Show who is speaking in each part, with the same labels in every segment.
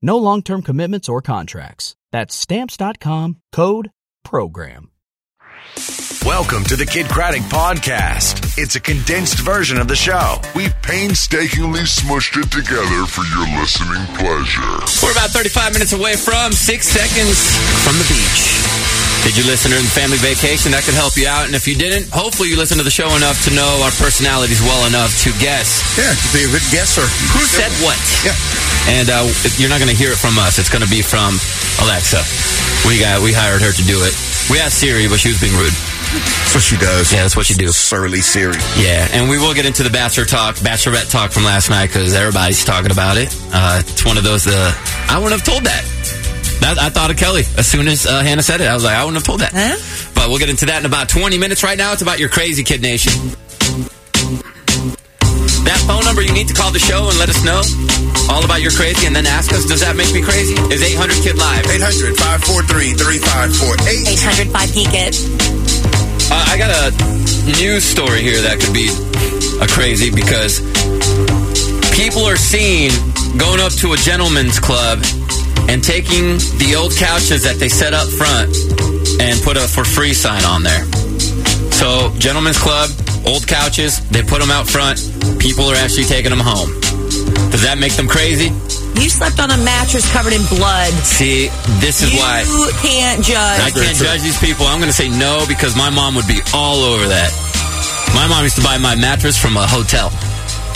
Speaker 1: No long term commitments or contracts. That's Stamps.com code PROGRAM.
Speaker 2: Welcome to the Kid Craddock Podcast. It's a condensed version of the show. We painstakingly smushed it together for your listening pleasure.
Speaker 3: We're about 35 minutes away from six seconds from the beach. Did you listen during the family vacation? That could help you out. And if you didn't, hopefully you listened to the show enough to know our personalities well enough to guess
Speaker 4: Yeah, to be a good guesser.
Speaker 3: who said what.
Speaker 4: Yeah.
Speaker 3: And uh, you're not going to hear it from us. It's going to be from Alexa. We got we hired her to do it. We asked Siri, but she was being rude.
Speaker 4: That's what she does.
Speaker 3: Yeah, that's what you do.
Speaker 4: Surly Siri.
Speaker 3: Yeah, and we will get into the bachelor talk, bachelorette talk from last night because everybody's talking about it. Uh, it's one of those. Uh, I wouldn't have told that. that. I thought of Kelly as soon as uh, Hannah said it. I was like, I wouldn't have told that. But we'll get into that in about 20 minutes. Right now, it's about your crazy kid nation. That phone number you need to call the show and let us know all about your crazy, and then ask us, does that make me crazy? Is 800 Kid Live?
Speaker 4: 800 543 3548.
Speaker 5: 800 5 peak it.
Speaker 3: Uh, I got a news story here that could be a crazy because people are seen going up to a gentleman's club and taking the old couches that they set up front and put a for free sign on there. So, gentlemen's club, old couches, they put them out front. People are actually taking them home. Does that make them crazy?
Speaker 5: You slept on a mattress covered in blood.
Speaker 3: See, this is
Speaker 5: you
Speaker 3: why.
Speaker 5: can't
Speaker 3: I
Speaker 5: judge.
Speaker 3: can't judge these people. I'm going to say no because my mom would be all over that. My mom used to buy my mattress from a hotel,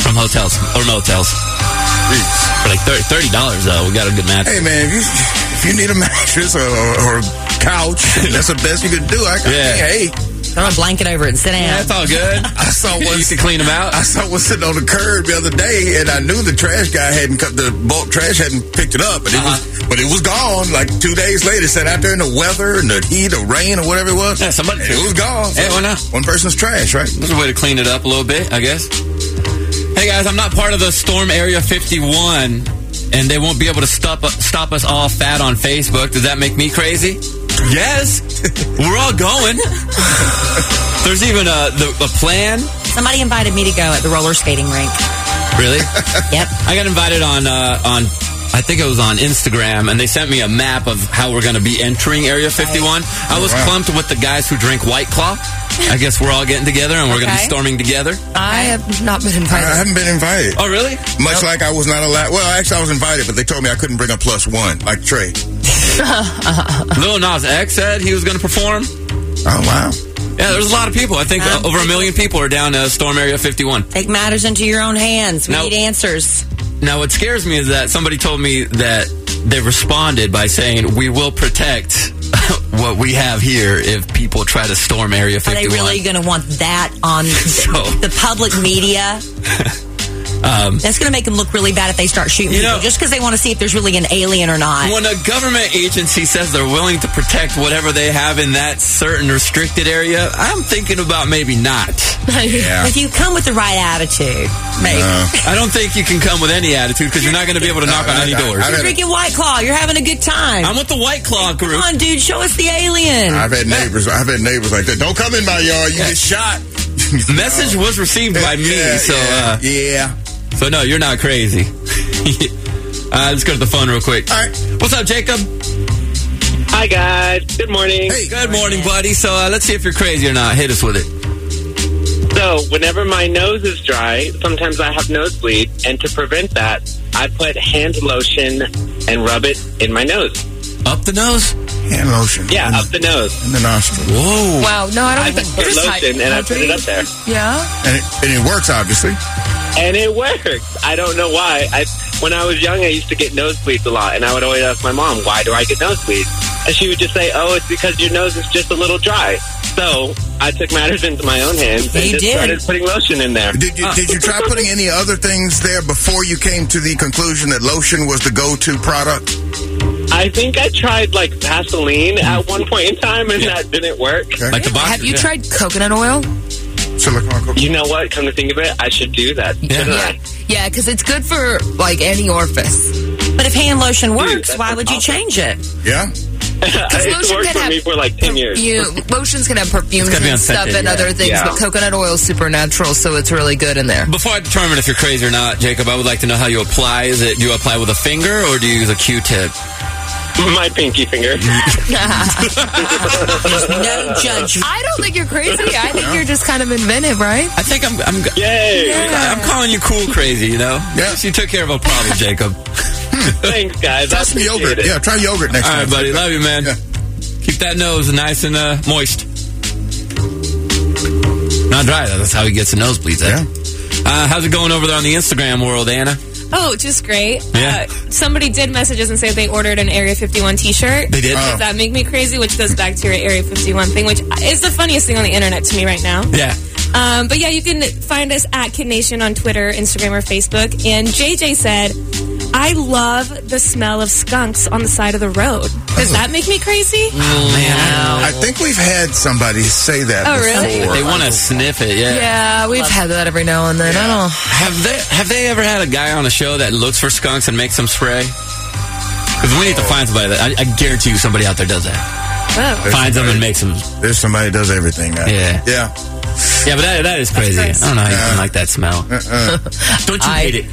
Speaker 3: from hotels or motels for like thir- thirty dollars. Though we got a good mattress.
Speaker 4: Hey, man, if you, if you need a mattress or, or, or couch, that's the best you could do. I, I
Speaker 3: Yeah.
Speaker 4: mean, hey,
Speaker 5: Throw a blanket over it and sit down.
Speaker 3: Yeah, that's all good.
Speaker 4: I saw one.
Speaker 3: you can clean them out.
Speaker 4: I saw one sitting on the curb the other day, and I knew the trash guy hadn't cut the bulk trash hadn't picked it up, but it
Speaker 3: Uh-huh.
Speaker 4: was but it was gone. Like two days later, it sat out there in the weather and the heat or rain or whatever it was.
Speaker 3: Yeah, somebody-
Speaker 4: it was gone.
Speaker 3: Hey, why not?
Speaker 4: One person's trash, right?
Speaker 3: There's a way to clean it up a little bit, I guess. Hey guys, I'm not part of the Storm Area 51, and they won't be able to stop stop us all fat on Facebook. Does that make me crazy? Yes, we're all going. There's even a the, a plan.
Speaker 5: Somebody invited me to go at the roller skating rink.
Speaker 3: Really?
Speaker 5: Yep.
Speaker 3: I got invited on uh, on I think it was on Instagram, and they sent me a map of how we're going to be entering Area 51. I was
Speaker 4: wow.
Speaker 3: clumped with the guys who drink White Claw. I guess we're all getting together and we're going to be
Speaker 5: Okay.
Speaker 3: storming together.
Speaker 5: I have not been
Speaker 4: I
Speaker 5: invited.
Speaker 6: Uh-huh.
Speaker 4: haven't been invited.
Speaker 3: Oh, really?
Speaker 4: Much like I was not allowed. Well, actually, I was invited, but they told me I couldn't bring a plus one, like Trey.
Speaker 3: Lil Nas X said he was going to perform.
Speaker 4: Oh wow!
Speaker 3: Yeah, there's a lot of people. I think uh,
Speaker 5: Um,
Speaker 3: over a million people are down to Storm Area 51.
Speaker 5: Take matters into your own hands. We
Speaker 3: No.
Speaker 5: need answers.
Speaker 3: Now, what scares me is that somebody told me that they responded by saying, "We will protect." What we have here, if people try to storm Area
Speaker 5: Are
Speaker 3: 51.
Speaker 5: they really going to want that on th-
Speaker 3: So-
Speaker 5: the public media?
Speaker 3: Um,
Speaker 5: That's going to make them look really bad if they start shooting
Speaker 3: You
Speaker 5: people
Speaker 3: know-
Speaker 5: just because they want to see if there's really an alien or not.
Speaker 3: When a government agency says they're willing to protect whatever they have in that certain restricted area, I'm thinking about maybe not.
Speaker 4: Yeah.
Speaker 5: If you come with the right attitude, maybe.
Speaker 4: Uh,
Speaker 3: I don't think you can come with any attitude because you're not going to be able to knock on any
Speaker 4: I- I-
Speaker 3: doors.
Speaker 4: I-
Speaker 5: You're drinking White Claw. You're having a good time.
Speaker 3: I'm with the White Claw
Speaker 5: Come
Speaker 3: group.
Speaker 5: on, dude. Show us the alien.
Speaker 4: I've had neighbors. I've had neighbors like that. Don't come in my yard. You get shot.
Speaker 3: Message was received by me,
Speaker 4: Yeah,
Speaker 3: so
Speaker 4: yeah,
Speaker 3: uh,
Speaker 4: yeah.
Speaker 3: so no, you're not crazy. uh, let's go to the phone real quick.
Speaker 4: All right.
Speaker 3: What's up, Jacob?
Speaker 7: Hi guys, good morning.
Speaker 4: Hey.
Speaker 3: Good morning, buddy. So uh, let's see if you're crazy or not. Hit us with it.
Speaker 7: So, whenever my nose is dry, sometimes I have nosebleed, and to prevent that, I put hand lotion and rub it in my nose.
Speaker 3: Up the nose.
Speaker 4: Hand lotion.
Speaker 7: Yeah,
Speaker 4: in,
Speaker 7: up the nose.
Speaker 4: in the nostril.
Speaker 3: Whoa.
Speaker 6: Wow. No, I don't
Speaker 7: I
Speaker 6: think
Speaker 7: just put
Speaker 6: there's
Speaker 7: lotion
Speaker 6: hy-
Speaker 7: and I put it up there.
Speaker 6: Yeah.
Speaker 4: And it, and it works, obviously.
Speaker 7: And it works. I don't know why. I when I was young, I used to get nosebleeds a lot, and I would always ask my mom, "Why do I get nosebleeds?" And she would just say, "Oh, it's because your nose is just a little dry." So I took matters into my own hands and
Speaker 5: You
Speaker 7: just
Speaker 5: did.
Speaker 7: started putting lotion in there.
Speaker 4: Did you, did you try putting any other things there before you came to the conclusion that lotion was the go-to product?
Speaker 7: I think I tried like Vaseline at one point in time, and that didn't work.
Speaker 3: Like the box.
Speaker 6: Have you
Speaker 3: yeah.
Speaker 6: tried coconut oil?
Speaker 4: Silicone coconut.
Speaker 7: You know what? Come to think of it, I should do that.
Speaker 3: Yeah.
Speaker 7: shouldn't I?
Speaker 6: Yeah, because it's good for like any orifice.
Speaker 5: But if hand lotion works,
Speaker 7: that's
Speaker 5: why would you
Speaker 7: awesome.
Speaker 5: change it?
Speaker 4: Yeah.
Speaker 7: it's
Speaker 6: lotion
Speaker 7: worked
Speaker 6: can
Speaker 7: for
Speaker 6: have
Speaker 7: me for like ten years.
Speaker 6: Perfume- lotions can have perfumes
Speaker 3: gotta be
Speaker 6: and stuff
Speaker 3: unscented,
Speaker 6: and
Speaker 3: yeah.
Speaker 6: other things,
Speaker 7: Yeah.
Speaker 6: but coconut oil is supernatural, so it's really good in there.
Speaker 3: Before I determine if you're crazy or not, Jacob, I would like to know how you apply. Is it do you apply with a finger or do you use a Q-tip?
Speaker 7: My pinky finger.
Speaker 5: There's no judge.
Speaker 6: I don't think you're crazy. I think you're just kind of inventive, right?
Speaker 3: I think I'm I'm
Speaker 7: Yay!
Speaker 3: I'm calling you cool crazy. You know.
Speaker 4: Yeah.
Speaker 3: You took care of a problem, Jacob.
Speaker 7: Thanks, guys. I
Speaker 4: Try some
Speaker 7: appreciate
Speaker 4: yogurt.
Speaker 7: it.
Speaker 4: Yeah, try yogurt next
Speaker 3: All
Speaker 4: time.
Speaker 3: right, buddy. Love you, man.
Speaker 4: Yeah.
Speaker 3: Keep that nose nice and uh, moist. Not dry though. That's how he gets the nosebleeds. eh? Uh, how's it going over there on the Instagram world, Anna?
Speaker 8: Oh, just great.
Speaker 3: Yeah.
Speaker 8: Uh, somebody did message us and say they ordered an Area 51 t-shirt.
Speaker 3: They did.
Speaker 8: Does that make me crazy? Which goes back to your Area 51 thing, which is the funniest thing on the internet to me right now.
Speaker 3: Yeah.
Speaker 8: Um, but yeah, you can find us at Kid Nation on Twitter, Instagram, or Facebook. And JJ said, I love the smell of skunks on the side of the road.
Speaker 3: Oh.
Speaker 8: Does that make me crazy?
Speaker 3: Mm.
Speaker 4: Oh, I think we've had somebody say that
Speaker 8: Oh,
Speaker 4: before.
Speaker 8: really?
Speaker 3: They want to sniff it. Yeah.
Speaker 6: Yeah, we've had that every now and then. I don't.
Speaker 3: Have they have they ever had a guy on a show that looks for skunks and makes them spray? Because we need to find somebody that I, I guarantee you somebody out there does that.
Speaker 8: Whoa.
Speaker 3: Finds them and makes them.
Speaker 4: There's somebody that does everything. uh, Now.
Speaker 3: Yeah.
Speaker 4: Yeah.
Speaker 3: Yeah, but that, that is crazy. I don't know how you
Speaker 4: Yeah.
Speaker 3: can like that smell. don't you
Speaker 6: I-
Speaker 3: hate it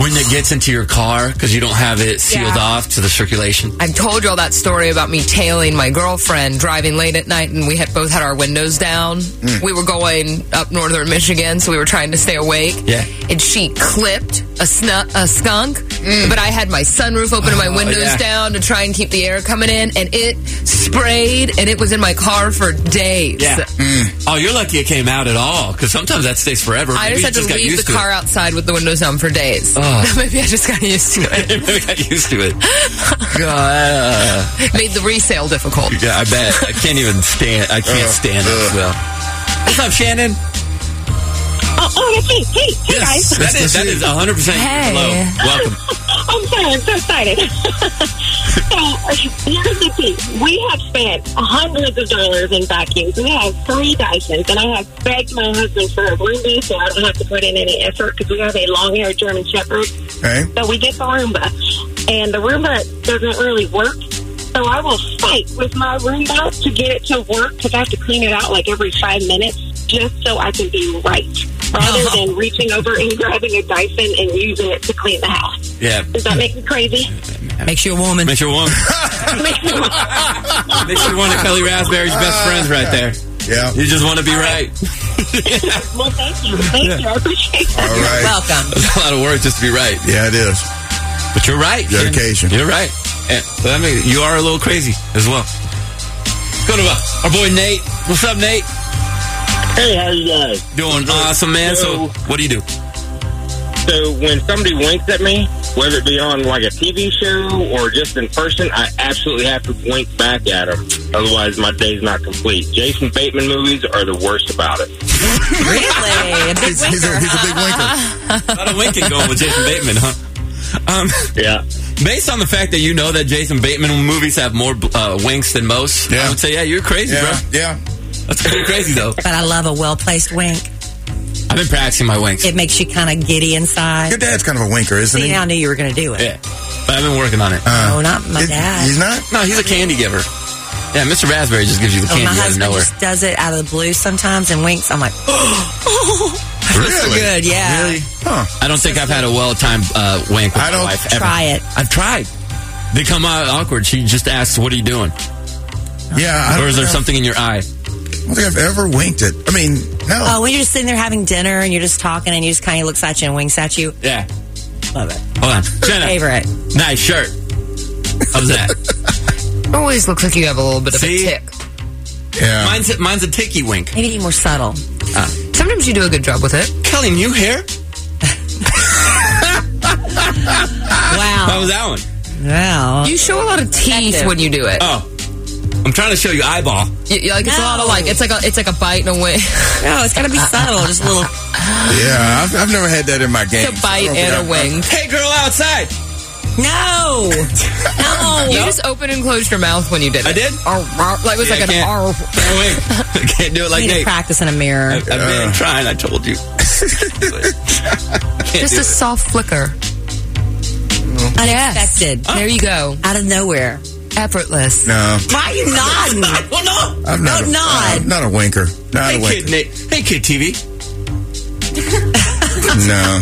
Speaker 3: when it gets into your car because you don't have it sealed
Speaker 8: Yeah.
Speaker 3: off to the circulation?
Speaker 6: I've told you all that story about me tailing my girlfriend driving late at night, and we had both had our windows down.
Speaker 3: Mm.
Speaker 6: We were going up northern Michigan, so we were trying to stay awake.
Speaker 3: Yeah.
Speaker 6: and she clipped a, snu- a skunk, but I had my sunroof open and my
Speaker 3: Mm. Oh,
Speaker 6: windows
Speaker 3: yeah.
Speaker 6: down to try and keep the air coming in, and it sprayed, and it was in my car for days.
Speaker 3: Oh, you're lucky it came out at all because sometimes that stays forever.
Speaker 6: I
Speaker 3: Maybe
Speaker 6: just
Speaker 3: you
Speaker 6: had to
Speaker 3: got
Speaker 6: leave
Speaker 3: used
Speaker 6: the car outside with the windows down for days. Maybe I just got used to it.
Speaker 3: It. Maybe I got used to it.
Speaker 6: Made the resale difficult.
Speaker 3: Yeah, I bet. I can't even stand. I can't stand it as well. What's up, Shannon?
Speaker 9: Oh, oh, that's me. Hey, hey, guys.
Speaker 3: that is that is 100 percent.
Speaker 6: Hey.
Speaker 3: Hello, welcome.
Speaker 9: I'm sorry. I'm so excited. so, uh, here's the thing. We have spent hundreds of dollars in vacuums. We have three Dysons, and I have begged my husband for a Roomba so I don't have to put in any effort because we have a long-haired German Shepherd.
Speaker 4: Okay.
Speaker 9: So we get the Roomba, and the Roomba doesn't really work. So I will fight with my Roomba to get it to work because I have to clean it out like every five minutes just so I can be right, rather than reaching over and grabbing a Dyson and using it to clean the house.
Speaker 3: Yeah,
Speaker 9: Does that make me crazy?
Speaker 5: Makes you a woman.
Speaker 3: makes you want makes you want to Kelly Raspberry's best friends right there.
Speaker 4: Yeah.
Speaker 3: You just want to be right.
Speaker 9: well, thank you, thank you. I appreciate that.
Speaker 4: All right.
Speaker 5: Welcome.
Speaker 3: It's a lot of work just to be right,
Speaker 4: Yeah, it is.
Speaker 3: but you're right. Shannon.
Speaker 4: Dedication.
Speaker 3: You're right. Yeah, so that means you are a little crazy as well. Go to uh, our boy Nate. What's up, Nate?
Speaker 7: Hey, how you guys?
Speaker 3: Doing awesome, man. So,
Speaker 7: Yo.
Speaker 3: what do you do?
Speaker 7: So when somebody winks at me, whether it be on like a TV show or just in person, I absolutely have to wink back at them. Otherwise, my day's not complete. Jason Bateman movies are the worst about it.
Speaker 5: Really? A big
Speaker 4: He's, he's, a,
Speaker 5: winker.
Speaker 4: he's a big winker.
Speaker 3: Not a winking going with Jason Bateman, huh? Um,
Speaker 7: Yeah.
Speaker 3: based on the fact that you know that Jason Bateman movies have more uh, winks than most, I
Speaker 4: Yeah.
Speaker 3: would say, yeah, you're crazy,
Speaker 4: Yeah.
Speaker 3: bro.
Speaker 4: Yeah.
Speaker 3: That's pretty crazy, though.
Speaker 5: But I love a well placed wink.
Speaker 3: I've been practicing my winks.
Speaker 5: It makes you kind of giddy inside.
Speaker 4: Your dad's kind of a winker, isn't
Speaker 5: See,
Speaker 4: he? Uh,
Speaker 5: now I knew you were going to do it.
Speaker 3: Yeah, but I've been working on it.
Speaker 5: No, not my
Speaker 4: Is-
Speaker 5: dad.
Speaker 4: He's not?
Speaker 3: no, he's a candy giver. Yeah, Mr. Raspberry just gives you the
Speaker 5: Oh,
Speaker 3: candy
Speaker 5: my
Speaker 3: out of
Speaker 5: husband
Speaker 3: nowhere.
Speaker 5: just does it out of the blue sometimes and winks. I'm like,
Speaker 4: Really?
Speaker 5: good, yeah.
Speaker 3: Really?
Speaker 4: Huh.
Speaker 3: I don't think I've had a well-timed uh, wink with
Speaker 4: I
Speaker 3: my
Speaker 4: don't
Speaker 3: wife. ever.
Speaker 5: Try it.
Speaker 3: I've tried. They come out awkward. She just asks, "What are you doing?"
Speaker 4: Yeah. I
Speaker 3: Or
Speaker 4: don't,
Speaker 3: is there
Speaker 4: think I've-
Speaker 3: something in your eye?
Speaker 4: I don't think I've ever winked it. I mean, no.
Speaker 5: Oh, when you're just sitting there having dinner and you're just talking and he just kind of looks at you and winks at you.
Speaker 3: Yeah.
Speaker 5: Love it.
Speaker 3: Hold on, Jenna.
Speaker 5: Favorite.
Speaker 3: Nice shirt. How's that?
Speaker 6: It always looks like you have a little bit of
Speaker 3: See?
Speaker 6: a tick.
Speaker 4: Yeah.
Speaker 3: Mine's a, mine's a ticky wink.
Speaker 5: Maybe you need more subtle.
Speaker 6: Sometimes you do a good job with it.
Speaker 3: Kelly, new hair? How
Speaker 5: Wow.
Speaker 3: was that one?
Speaker 5: Wow.
Speaker 6: You show a lot of teeth
Speaker 5: Effective.
Speaker 6: when you do it.
Speaker 3: Oh, I'm trying to show you eyeball.
Speaker 6: You- you- like it's a lot of
Speaker 5: No.
Speaker 6: like it's like a it's like a bite and a wink.
Speaker 5: No, it's got to be subtle. Just a little.
Speaker 4: Yeah, I've, I've never had that in my game.
Speaker 6: It's a bite and a wink.
Speaker 3: Hey, girl, outside.
Speaker 5: No. No.
Speaker 6: You just opened and closed your mouth when you did it.
Speaker 3: I did?
Speaker 6: Arr, arr, like it was
Speaker 3: Yeah,
Speaker 6: like
Speaker 3: I
Speaker 6: an
Speaker 3: can't.
Speaker 6: arr.
Speaker 3: Can't wink. I can't do it like
Speaker 5: You need to
Speaker 3: Nate.
Speaker 5: practice in a mirror.
Speaker 3: I've, I've
Speaker 4: Uh.
Speaker 3: been trying. I told you. Can't
Speaker 6: Just
Speaker 3: do
Speaker 6: a
Speaker 3: it.
Speaker 6: soft flicker.
Speaker 5: Unexpected.
Speaker 6: There you go.
Speaker 5: Out of nowhere.
Speaker 6: Effortless.
Speaker 3: Oh.
Speaker 4: No,
Speaker 5: Why are you nodding?
Speaker 3: Well, no.
Speaker 4: I'm not.
Speaker 5: No,
Speaker 4: a,
Speaker 5: nod.
Speaker 4: I'm not a winker. Not
Speaker 3: Hey,
Speaker 4: a winker.
Speaker 3: kid, Nate. Hey, kid, TV.
Speaker 4: No,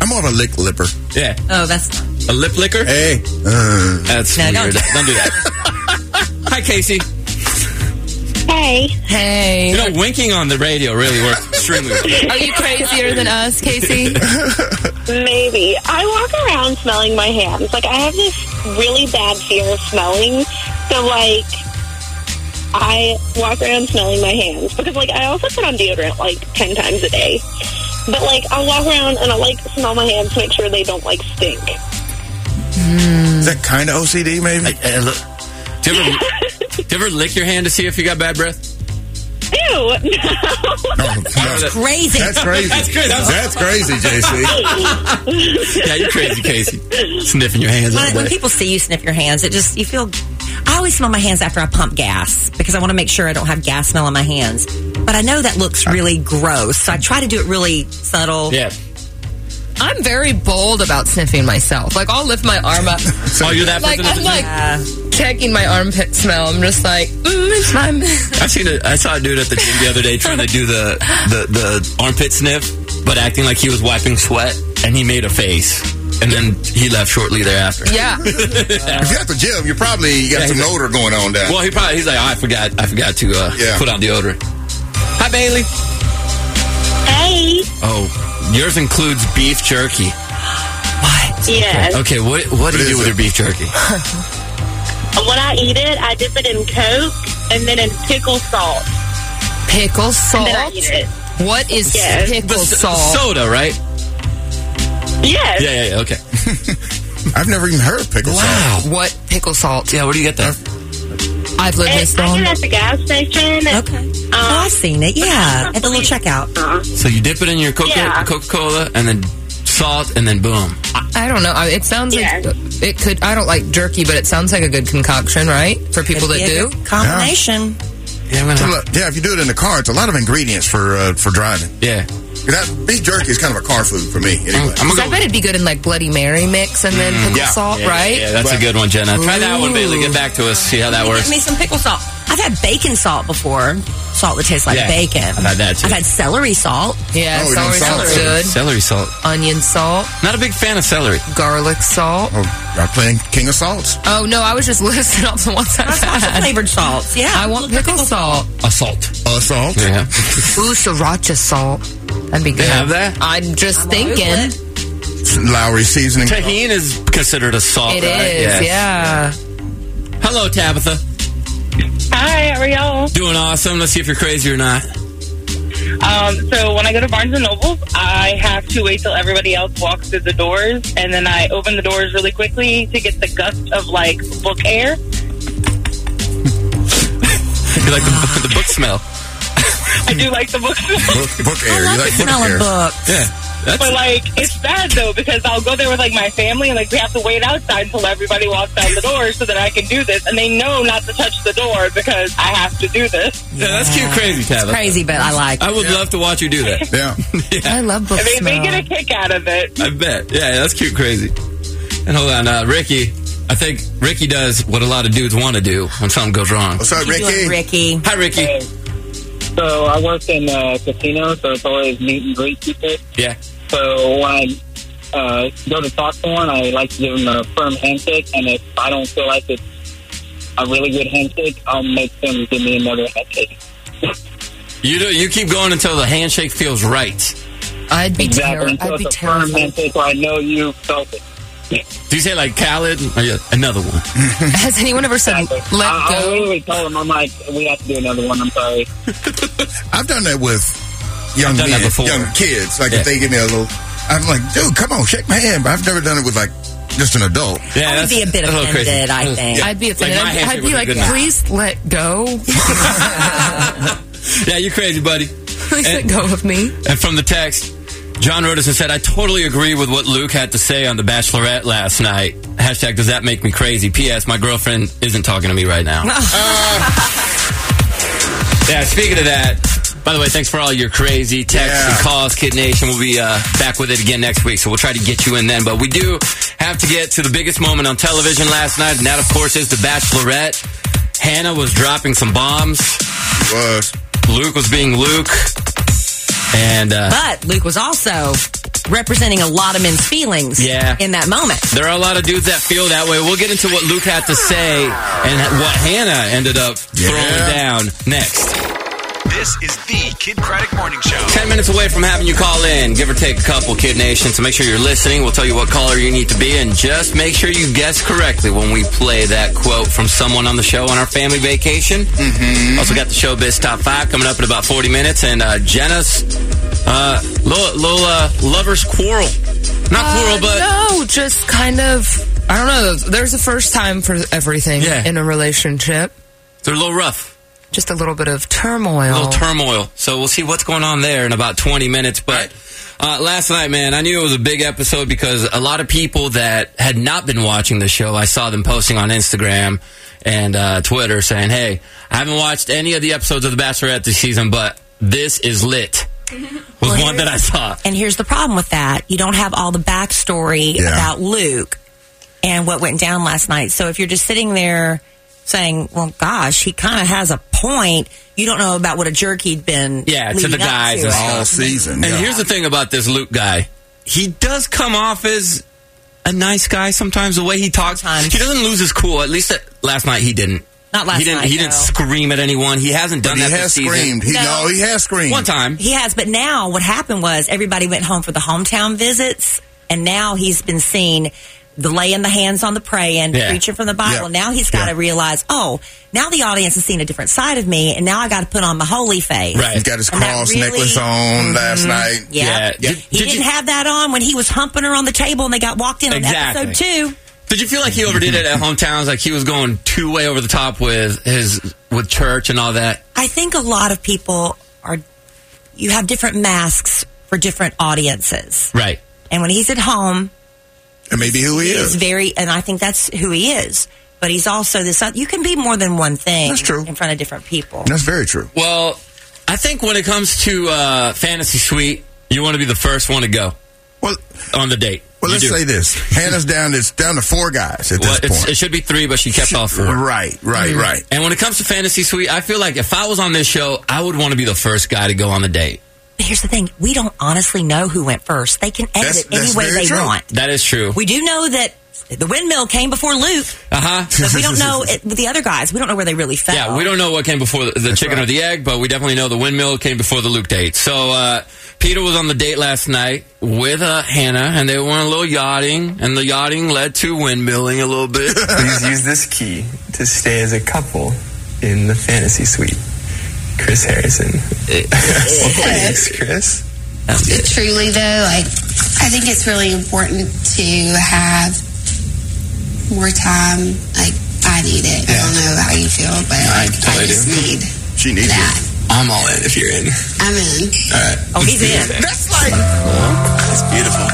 Speaker 4: I'm more of a lick lipper.
Speaker 3: Yeah,
Speaker 5: Oh, that's
Speaker 3: a lip licker.
Speaker 4: Hey, uh,
Speaker 3: That's
Speaker 5: No,
Speaker 3: weird.
Speaker 5: don't do
Speaker 3: Don't do that. Hi, Casey.
Speaker 9: Hey,
Speaker 6: Hey.
Speaker 3: You know, winking on the radio really works extremely well.
Speaker 6: Are you crazier than us, Casey?
Speaker 9: maybe. I walk around smelling my hands. Like, I have this really bad fear of smelling. So, like, I walk around smelling my hands because, like, I also put on deodorant like 10 times a day. But, like, I'll walk around and I'll, like, smell my hands to make sure they don't, like, stink.
Speaker 6: Mm.
Speaker 4: is that kind of OCD? Maybe.
Speaker 3: Uh, look. Do you, ever, do you ever lick your hand to see if you got bad breath?
Speaker 9: Ew,
Speaker 4: No, no.
Speaker 3: That's
Speaker 5: crazy.
Speaker 4: That's crazy.
Speaker 3: That's good. That's-
Speaker 4: That's crazy, JC.
Speaker 3: Yeah, you're crazy, Casey. Sniffing your hands all
Speaker 5: When, when
Speaker 3: day.
Speaker 5: people see you sniff your hands, it just you feel. I always smell my hands after I pump gas because I want to make sure I don't have gas smell on my hands. But I know that looks really gross, so I try to do it really subtle.
Speaker 3: Yeah.
Speaker 6: I'm very bold about sniffing myself. Like I'll lift my arm up.
Speaker 3: Oh, you're that
Speaker 6: Like
Speaker 3: person.
Speaker 6: I'm like checking my armpit smell. I'm just like, mm, it's my
Speaker 3: I've seen. A, I saw a dude at the gym the other day trying to do the, the the armpit sniff, but acting like he was wiping sweat, and he made a face, and then he left shortly thereafter.
Speaker 6: yeah.
Speaker 4: If you're at the gym, you probably got
Speaker 3: Yeah,
Speaker 4: some
Speaker 3: he's-
Speaker 4: odor going on down.
Speaker 3: Well, he probably he's like, oh, I forgot, I forgot to uh,
Speaker 4: Yeah.
Speaker 3: put on deodorant. Hi, Bailey.
Speaker 9: hey.
Speaker 3: Oh, yours includes beef jerky.
Speaker 5: What?
Speaker 9: Yes.
Speaker 3: Okay, what what
Speaker 4: What
Speaker 3: do you
Speaker 4: is
Speaker 3: do with
Speaker 4: it?
Speaker 3: your beef jerky?
Speaker 9: When I eat it, I dip it in Coke and then in pickle salt.
Speaker 6: Pickle
Speaker 9: And then I
Speaker 6: salt.
Speaker 9: eat it.
Speaker 6: What is
Speaker 9: Yes.
Speaker 6: pickle
Speaker 3: The so-
Speaker 6: salt?
Speaker 3: soda, right? Yeah,
Speaker 9: Yes.
Speaker 3: yeah, yeah. Okay.
Speaker 4: I've never even heard of pickle salt.
Speaker 3: Wow.
Speaker 6: what pickle salt?
Speaker 3: Yeah, where do you get that?
Speaker 6: I've lived
Speaker 9: And
Speaker 6: this
Speaker 9: I
Speaker 6: long.
Speaker 9: get it at the gas station. and,
Speaker 5: Okay. oh,
Speaker 9: Um,
Speaker 5: I've seen it. Yeah, at the little checkout.
Speaker 6: Uh-huh.
Speaker 3: So you dip it in your Coca
Speaker 9: Yeah.
Speaker 3: Coca Cola, and then salt, and then boom.
Speaker 6: I don't know. I- It sounds
Speaker 9: Yes.
Speaker 6: like it could. I don't like jerky, but it sounds like a good concoction, right? For people
Speaker 5: Could
Speaker 6: that
Speaker 5: be a
Speaker 6: do.
Speaker 5: good combination.
Speaker 3: Yeah, I'm gonna-
Speaker 4: So look, Yeah, if you do it in the car, it's a lot of ingredients for uh, for driving.
Speaker 3: yeah. Mm,
Speaker 4: 'Cause That beef jerky is kind of a car food for me. Anyway.
Speaker 3: I'm gonna
Speaker 6: 'Cause
Speaker 3: go. Mm.
Speaker 6: I bet it'd be good in like Bloody Mary mix and then pickle
Speaker 4: yeah.
Speaker 6: salt,
Speaker 3: Yeah,
Speaker 6: right?
Speaker 3: Yeah, that's a good one, Jenna. Try that one, Bailey. Get back to us. See how that
Speaker 5: Give
Speaker 3: works.
Speaker 5: me some pickle salt. I've had bacon salt before. Salt that tastes like
Speaker 3: Yeah.
Speaker 5: bacon.
Speaker 3: I've had that, too.
Speaker 5: I've had celery salt.
Speaker 6: Yeah,
Speaker 4: Oh, we don't
Speaker 6: celery
Speaker 4: sell
Speaker 6: salt's
Speaker 4: it.
Speaker 6: good.
Speaker 3: Celery salt.
Speaker 6: Onion salt,
Speaker 3: Not a big fan of celery.
Speaker 6: garlic salt.
Speaker 4: Oh, y'all playing King of Salts?
Speaker 6: Oh no, I was just listing off the ones I've
Speaker 5: Lots of
Speaker 6: had.
Speaker 5: flavored salts. Yeah.
Speaker 6: I want pickle salt.
Speaker 3: A salt.
Speaker 4: Uh, salt.
Speaker 3: Yeah.
Speaker 6: Ooh, sriracha salt. That'd be good.
Speaker 3: have that?
Speaker 6: I'm just thinking.
Speaker 4: Lowry seasoning.
Speaker 3: Tahine is considered a salt.
Speaker 6: It is,
Speaker 3: right?
Speaker 6: yeah.
Speaker 3: Hello, Tabitha.
Speaker 9: Hi, how are y'all?
Speaker 3: Doing awesome. Let's see if you're crazy or not.
Speaker 10: Um, so when I go to Barnes and Noble, I have to wait till everybody else walks through the doors, and then I open the doors really quickly to get the gust of like book air.
Speaker 3: You like the, the book smell.
Speaker 10: I do like the book,
Speaker 4: Book, book air.
Speaker 5: I
Speaker 4: you
Speaker 5: love
Speaker 4: like
Speaker 5: the
Speaker 4: book
Speaker 5: smell
Speaker 4: air?
Speaker 5: of book.
Speaker 3: Yeah.
Speaker 10: but
Speaker 3: That's
Speaker 10: like it's bad though because I'll go there with like my family, and like we have to wait outside until everybody walks down the door so that I can do this, and they know not to touch the door because I have to do this.
Speaker 3: yeah, that's cute, crazy, Tabitha.
Speaker 5: Crazy, but I like.
Speaker 3: I would love to watch you do that.
Speaker 4: Yeah.
Speaker 6: I love book
Speaker 10: And they, they
Speaker 6: smell.
Speaker 10: get a kick out of it.
Speaker 3: I bet. Yeah, yeah, that's cute, crazy. And hold on, uh, Ricky. I think Ricky does what a lot of dudes want to do when something goes wrong.
Speaker 4: What's up,
Speaker 5: Keep doing
Speaker 4: Oh, Ricky?
Speaker 5: it, Ricky.
Speaker 3: Hi, Oh, Ricky.
Speaker 7: So I work in a casino, so it's always meet and greet people.
Speaker 3: Yeah.
Speaker 7: So when I uh, go to talk to one, I like to give them a firm handshake, and if I don't feel like it's a really good handshake, I'll make them give me another handshake.
Speaker 3: You do. You keep going until the handshake feels right.
Speaker 6: I'd be
Speaker 7: Exactly.
Speaker 6: terrible.
Speaker 7: until
Speaker 6: I'd be
Speaker 7: it's a firm
Speaker 6: terrible.
Speaker 7: handshake where I know you felt it.
Speaker 3: Do you say like Khaled? Or you- Another one.
Speaker 6: Has anyone ever said let
Speaker 7: I, I
Speaker 6: go?
Speaker 7: literally told him, I'm like, we have to do another one. I'm sorry.
Speaker 4: I've done that with young
Speaker 3: I've done
Speaker 4: men,
Speaker 3: that before.
Speaker 4: young kids. Like
Speaker 3: Yeah.
Speaker 4: if they give me a little, I'm like, dude, come on, shake my hand. But I've never done it with like just an adult.
Speaker 3: Yeah,
Speaker 5: I would
Speaker 3: that's-
Speaker 5: be a bit
Speaker 3: that's little crazy.
Speaker 5: offended, I think.
Speaker 6: I'd be
Speaker 3: Like,
Speaker 6: offended.
Speaker 3: my handshake
Speaker 6: I'd
Speaker 3: would
Speaker 6: be
Speaker 3: be
Speaker 6: like,
Speaker 3: good enough.
Speaker 6: please let go.
Speaker 3: Yeah, you're crazy, buddy.
Speaker 6: Please
Speaker 3: And-
Speaker 6: let go of me.
Speaker 3: And from the text, John wrote us and said, I totally agree with what Luke had to say on The Bachelorette last night. Hashtag, does that make me crazy? P.S. My girlfriend isn't talking to me right now. yeah, speaking of that, by the way, thanks for all your crazy texts
Speaker 4: Yeah.
Speaker 3: and calls, Kid Nation. We'll be uh, back with it again next week, so we'll try to get you in then. But we do have to get to the biggest moment on television last night, and that, of course, is The Bachelorette. Hannah was dropping some bombs.
Speaker 4: Was
Speaker 3: Luke was being Luke. And uh,
Speaker 5: But Luke was also representing a lot of men's feelings
Speaker 3: Yeah.
Speaker 5: in that moment.
Speaker 3: There are a lot of dudes that feel that way. We'll get into what Luke had to say and what Hannah ended up throwing
Speaker 4: Yeah.
Speaker 3: down next.
Speaker 2: This is the Kid Craddock Morning Show.
Speaker 3: 10 minutes away from having you call in, give or take a couple, Kid Nation. So make sure you're listening. We'll tell you what caller you need to be, and just make sure you guess correctly when we play that quote from someone on the show on our family vacation. Mm-hmm. Also got the showbiz top five coming up in about 40 minutes, and uh, Jenna's uh, little, little uh, lover's quarrel. Not quarrel,
Speaker 6: Uh,
Speaker 3: but
Speaker 6: no, just kind of. I don't know. There's a first time for everything
Speaker 3: Yeah.
Speaker 6: in a relationship.
Speaker 3: they're a little rough.
Speaker 6: Just a little bit of turmoil.
Speaker 3: A little turmoil. So we'll see what's going on there in about 20 minutes. But uh, last night, man, I knew it was a big episode because a lot of people that had not been watching the show, I saw them posting on Instagram and uh, Twitter saying, hey, I haven't watched any of the episodes of The Bachelorette this season, but this is lit. Was
Speaker 5: Well,
Speaker 3: one that I saw.
Speaker 5: And here's the problem with that you don't have all the backstory
Speaker 4: Yeah.
Speaker 5: about Luke and what went down last night. So if you're just sitting there saying, well, gosh, he kind of has a point, you don't know about what a jerk he'd been.
Speaker 3: Yeah, to
Speaker 5: leading
Speaker 3: the
Speaker 5: up
Speaker 3: guys
Speaker 5: to
Speaker 3: and
Speaker 5: it.
Speaker 3: stuff.
Speaker 4: all season.
Speaker 3: And
Speaker 4: yeah.
Speaker 3: here's the thing about this Luke guy. He does come off as a nice guy sometimes. The way he talks,
Speaker 5: Sometimes.
Speaker 3: he doesn't lose his cool. At least uh, last night he didn't.
Speaker 5: Not last
Speaker 3: he didn't,
Speaker 5: night,
Speaker 3: He didn't
Speaker 5: no.
Speaker 3: scream at anyone. He hasn't done
Speaker 4: But he
Speaker 3: that
Speaker 4: has
Speaker 3: this season.
Speaker 4: screamed. He,
Speaker 5: No.
Speaker 4: no. he has screamed.
Speaker 3: One time.
Speaker 5: He has, but now what happened was everybody went home for the hometown visits, and now he's been seen the laying the hands on the praying,
Speaker 3: Yeah.
Speaker 5: preaching from the Bible.
Speaker 4: Yeah.
Speaker 5: Now he's got
Speaker 4: Yeah.
Speaker 5: to realize, oh, now the audience has seen a different side of me, and now I got to put on my holy face.
Speaker 3: Right.
Speaker 4: He's got his
Speaker 5: And that
Speaker 4: cross
Speaker 5: really- Mm-hmm.
Speaker 4: necklace on last night.
Speaker 5: Yeah.
Speaker 3: Yeah. Did-
Speaker 5: He
Speaker 3: did
Speaker 5: didn't
Speaker 3: you-
Speaker 5: have that on when he was humping her on the table, and they got walked in on
Speaker 3: Exactly.
Speaker 5: episode two.
Speaker 3: Did you feel like he overdid it at hometowns? Like he was going too way over the top with his with church and all that.
Speaker 5: I think a lot of people are. You have different masks for different audiences,
Speaker 3: Right.
Speaker 5: and when he's at home,
Speaker 4: And maybe who he
Speaker 5: is
Speaker 4: is.
Speaker 5: very, and I think that's who he is. But he's also this. You can be more than one thing.
Speaker 4: That's true.
Speaker 5: In front of different people.
Speaker 4: That's very true.
Speaker 3: Well, I think when it comes to uh, fantasy suite, you want to be the first one to go
Speaker 4: Well,
Speaker 3: on the date.
Speaker 4: well,
Speaker 3: You
Speaker 4: let's
Speaker 3: do.
Speaker 4: say this: Hannah's down. It's down to four guys at
Speaker 3: Well,
Speaker 4: this
Speaker 3: it's,
Speaker 4: point.
Speaker 3: it should be three, but she kept all four.
Speaker 4: Right, right,
Speaker 5: Mm.
Speaker 4: right.
Speaker 3: And when it comes to fantasy suite, I feel like if I was on this show, I would want to be the first guy to go on the date.
Speaker 5: But here's the thing: we don't honestly know who went first. They can edit
Speaker 4: That's-
Speaker 5: it any
Speaker 4: that's
Speaker 5: way
Speaker 4: very
Speaker 5: they
Speaker 4: true.
Speaker 5: want.
Speaker 3: That is true.
Speaker 5: We do know that the windmill came before Luke,
Speaker 3: Uh huh.
Speaker 5: but we don't know it, the other guys. We don't know where they really fell.
Speaker 3: Yeah, we don't know what came before the, the chicken or the egg, but we definitely know the windmill came before the Luke date. So uh, Peter was on the date last night with uh, Hannah, and they went a little yachting, and the yachting led to windmilling a little bit.
Speaker 11: Please use this key to stay as a couple in the fantasy suite. Chris Harrison. well, thanks, Chris.
Speaker 9: Truly, though, like I think it's really important to have more time. Like I need it. I don't know how you feel, but
Speaker 11: I
Speaker 9: like, I,
Speaker 11: totally
Speaker 9: just
Speaker 11: do.
Speaker 9: need
Speaker 4: She needs
Speaker 9: that.
Speaker 4: it.
Speaker 11: I'm all in if you're in.
Speaker 9: I'm in.
Speaker 5: Oh, he's in.
Speaker 4: That's like
Speaker 11: That's beautiful.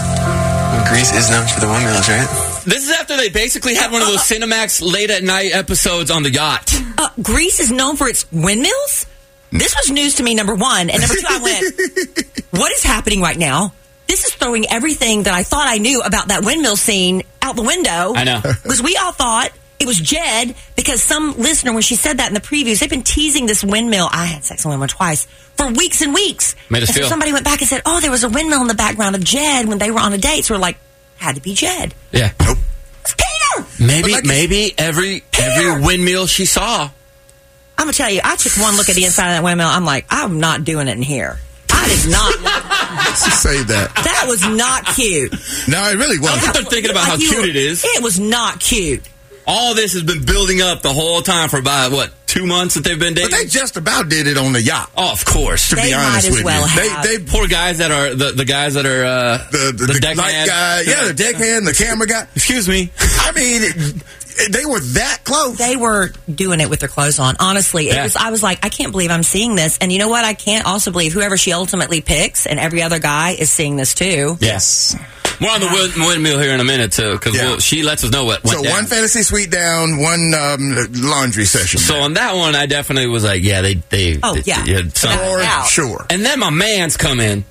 Speaker 11: Greece is known for the windmills, right?
Speaker 3: this is after they basically had one of those Cinemax late at night episodes on the yacht.
Speaker 5: Uh, Greece is known for its windmills. This was news to me, number one. And number two, I went, what is happening right now? This is throwing everything that I thought I knew about that windmill scene out the window.
Speaker 3: I know.
Speaker 5: Because we all thought it was Jed because some listener, when she said that in the previews, they've been teasing this windmill. I had sex on windmill twice for weeks and weeks.
Speaker 3: Made us
Speaker 5: And so
Speaker 3: feel-
Speaker 5: somebody went back and said, oh, there was a windmill in the background of Jed when they were on a date. So we're like, had to be Jed.
Speaker 3: Yeah.
Speaker 4: nope.
Speaker 5: It's Peter!
Speaker 3: Maybe
Speaker 4: Like-
Speaker 3: maybe every every windmill she saw.
Speaker 5: I'm gonna tell you, I took one look at the inside of that windmill. I'm like, I'm not doing it in here. I did not.
Speaker 4: say that.
Speaker 5: That was not cute.
Speaker 4: No, it really
Speaker 3: I
Speaker 4: wasn't.
Speaker 3: think they're thinking about how
Speaker 5: Like you-
Speaker 3: cute it is.
Speaker 5: It was not cute.
Speaker 3: All this has been building up the whole time for about what two months that they've been dating.
Speaker 4: But they just about did it on the yacht.
Speaker 3: oh, of course.
Speaker 4: To
Speaker 5: They
Speaker 4: be
Speaker 5: might
Speaker 4: honest
Speaker 5: as
Speaker 4: with
Speaker 5: well
Speaker 4: you,
Speaker 5: have.
Speaker 4: they they
Speaker 3: Poor guys that are the, the guys that are uh,
Speaker 4: the the, the, light
Speaker 3: deckhand.
Speaker 4: guy, uh, yeah, the deckhand, the camera guy.
Speaker 3: Excuse me.
Speaker 4: I mean, it- they were that close.
Speaker 5: They were doing it with their clothes on. Honestly, it
Speaker 3: Yeah.
Speaker 5: was. I was like, I can't believe I'm seeing this. And you know what? I can't also believe whoever she ultimately picks and every other guy is seeing this too.
Speaker 3: Yes. We're on the wind- windmill here in a minute too, because
Speaker 4: Yeah.
Speaker 3: she lets us know what. Went
Speaker 4: So
Speaker 3: down.
Speaker 4: one fantasy suite down, one um, laundry session.
Speaker 3: So on that one, I definitely was like, yeah, they they.
Speaker 5: Oh,
Speaker 3: they-
Speaker 5: yeah.
Speaker 3: they had something.
Speaker 4: Or
Speaker 5: out.
Speaker 4: sure.
Speaker 3: And then my man's come in,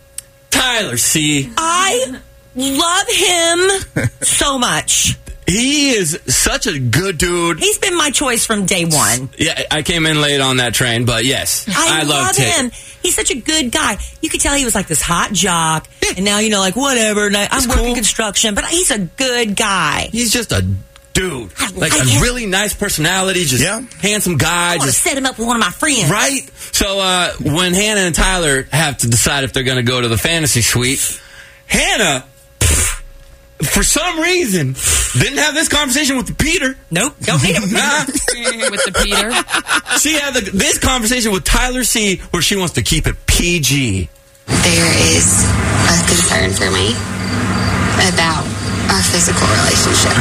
Speaker 3: Tyler. See,
Speaker 5: I love him so much.
Speaker 3: he is such a good dude.
Speaker 5: He's been my choice from day one.
Speaker 3: Yeah, I came in late on that train, but yes,
Speaker 5: I, love,
Speaker 3: loved it.
Speaker 5: him. He's such a good guy. You could tell he was like this hot jock, and now you know, like whatever. And I, I'm working
Speaker 3: cool.
Speaker 5: construction, but he's a good guy.
Speaker 3: He's just a dude,
Speaker 5: I
Speaker 3: like
Speaker 5: like
Speaker 3: a
Speaker 5: him.
Speaker 3: really nice personality, just
Speaker 4: Yeah.
Speaker 3: handsome guy,
Speaker 5: I want to
Speaker 3: just
Speaker 5: set him up with one of my friends.
Speaker 3: right. So uh, when Hannah and Tyler have to decide if they're going to go to the fantasy suite, Hannah, for some reason, didn't have this conversation with Peter.
Speaker 5: Nope, don't need him.
Speaker 3: Nah,
Speaker 6: with the Peter.
Speaker 3: she had the, this conversation with Tyler C, where she wants to keep it PG.
Speaker 12: there is a concern for me about our physical relationship.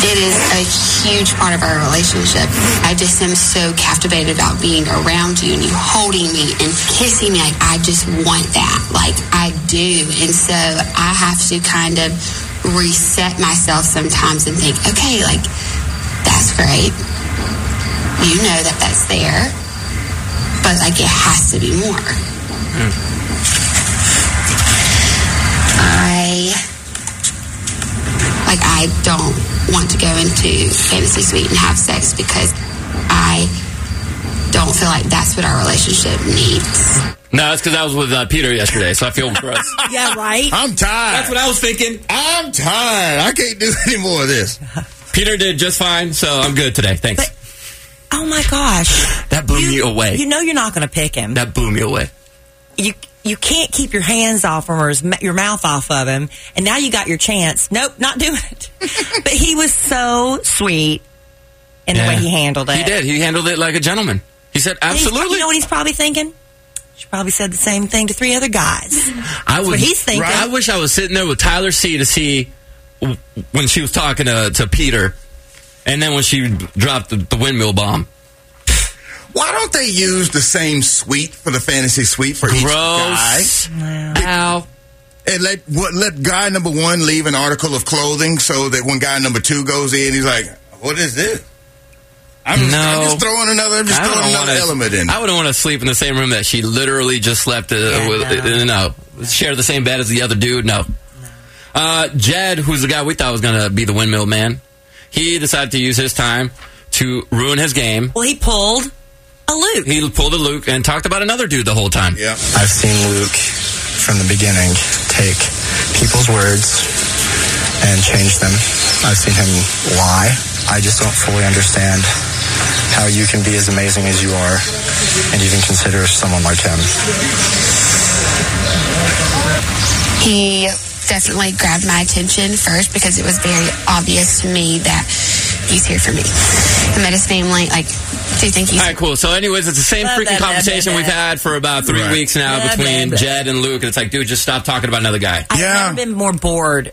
Speaker 12: It is a huge part of our relationship. I just am so captivated about being around you and you holding me and kissing me. Like, I just want that. Like, I do. And so I have to kind of reset myself sometimes and think, okay, like, that's great. You know that that's there. But, like, it has to be more. I like I don't want to go into fantasy suite and have sex because I don't feel like that's what our relationship needs.
Speaker 3: No, that's because I was with uh, Peter yesterday, so I feel gross.
Speaker 5: yeah, right.
Speaker 4: I'm tired.
Speaker 3: that's what I was thinking.
Speaker 4: I'm tired. I can't do any more of this.
Speaker 3: Peter did just fine, so I'm good today. Thanks.
Speaker 5: But- Oh my gosh,
Speaker 3: that blew me away.
Speaker 5: You know you're not going to pick him.
Speaker 3: that blew me away.
Speaker 5: You you can't keep your hands off him or his, your mouth off of him. And now you got your chance. Nope, not doing it. but he was so sweet in the way
Speaker 3: Yeah.
Speaker 5: he handled it.
Speaker 3: He did. He handled it like a gentleman. He said,
Speaker 5: And he's-
Speaker 3: "Absolutely."
Speaker 5: You know what he's probably thinking? She probably said the same thing to three other guys.
Speaker 3: I would,
Speaker 5: what he's thinking.
Speaker 3: I wish I was sitting there with Tyler C to see w- when she was talking to, to Peter, and then when she dropped the, the windmill bomb.
Speaker 4: Why don't they use the same suite for the fantasy suite for each guy?
Speaker 3: Gross. Ow.
Speaker 4: And let what, let guy number one leave an article of clothing so that when guy number two goes in, he's like, "What is this?" I'm just, I'm
Speaker 3: No.
Speaker 4: just throwing another. I'm just
Speaker 3: I
Speaker 4: throwing
Speaker 3: don't
Speaker 4: another
Speaker 3: want
Speaker 4: element in.
Speaker 3: to. I wouldn't want to sleep in the same room that she literally just slept uh, with.
Speaker 5: no.
Speaker 3: uh, No. share the same bed as the other dude. No. Uh, Jed, who's the guy we thought was going to be the windmill man, he decided to use his time to ruin his game.
Speaker 5: Well, he pulled a loop.
Speaker 3: He pulled a Luke and talked about another dude the whole time.
Speaker 4: yeah.
Speaker 11: I've seen Luke from the beginning take people's words and change them. I've seen him lie. I just don't fully understand how you can be as amazing as you are and even consider someone like him.
Speaker 12: He definitely grabbed my attention first because it was very obvious to me that he's here for me. I met his family. Like, do you think he's
Speaker 3: All right, cool. So, anyways, it's the same
Speaker 5: Blah, blah,
Speaker 3: freaking
Speaker 5: blah,
Speaker 3: conversation
Speaker 5: blah,
Speaker 3: we've
Speaker 5: blah.
Speaker 3: had for about three
Speaker 4: Right.
Speaker 3: weeks now
Speaker 5: Blah,
Speaker 3: between
Speaker 5: blah, blah.
Speaker 3: Jed and Luke, and it's like, dude, just stop talking about another guy.
Speaker 5: I've
Speaker 4: Yeah.
Speaker 5: never been more bored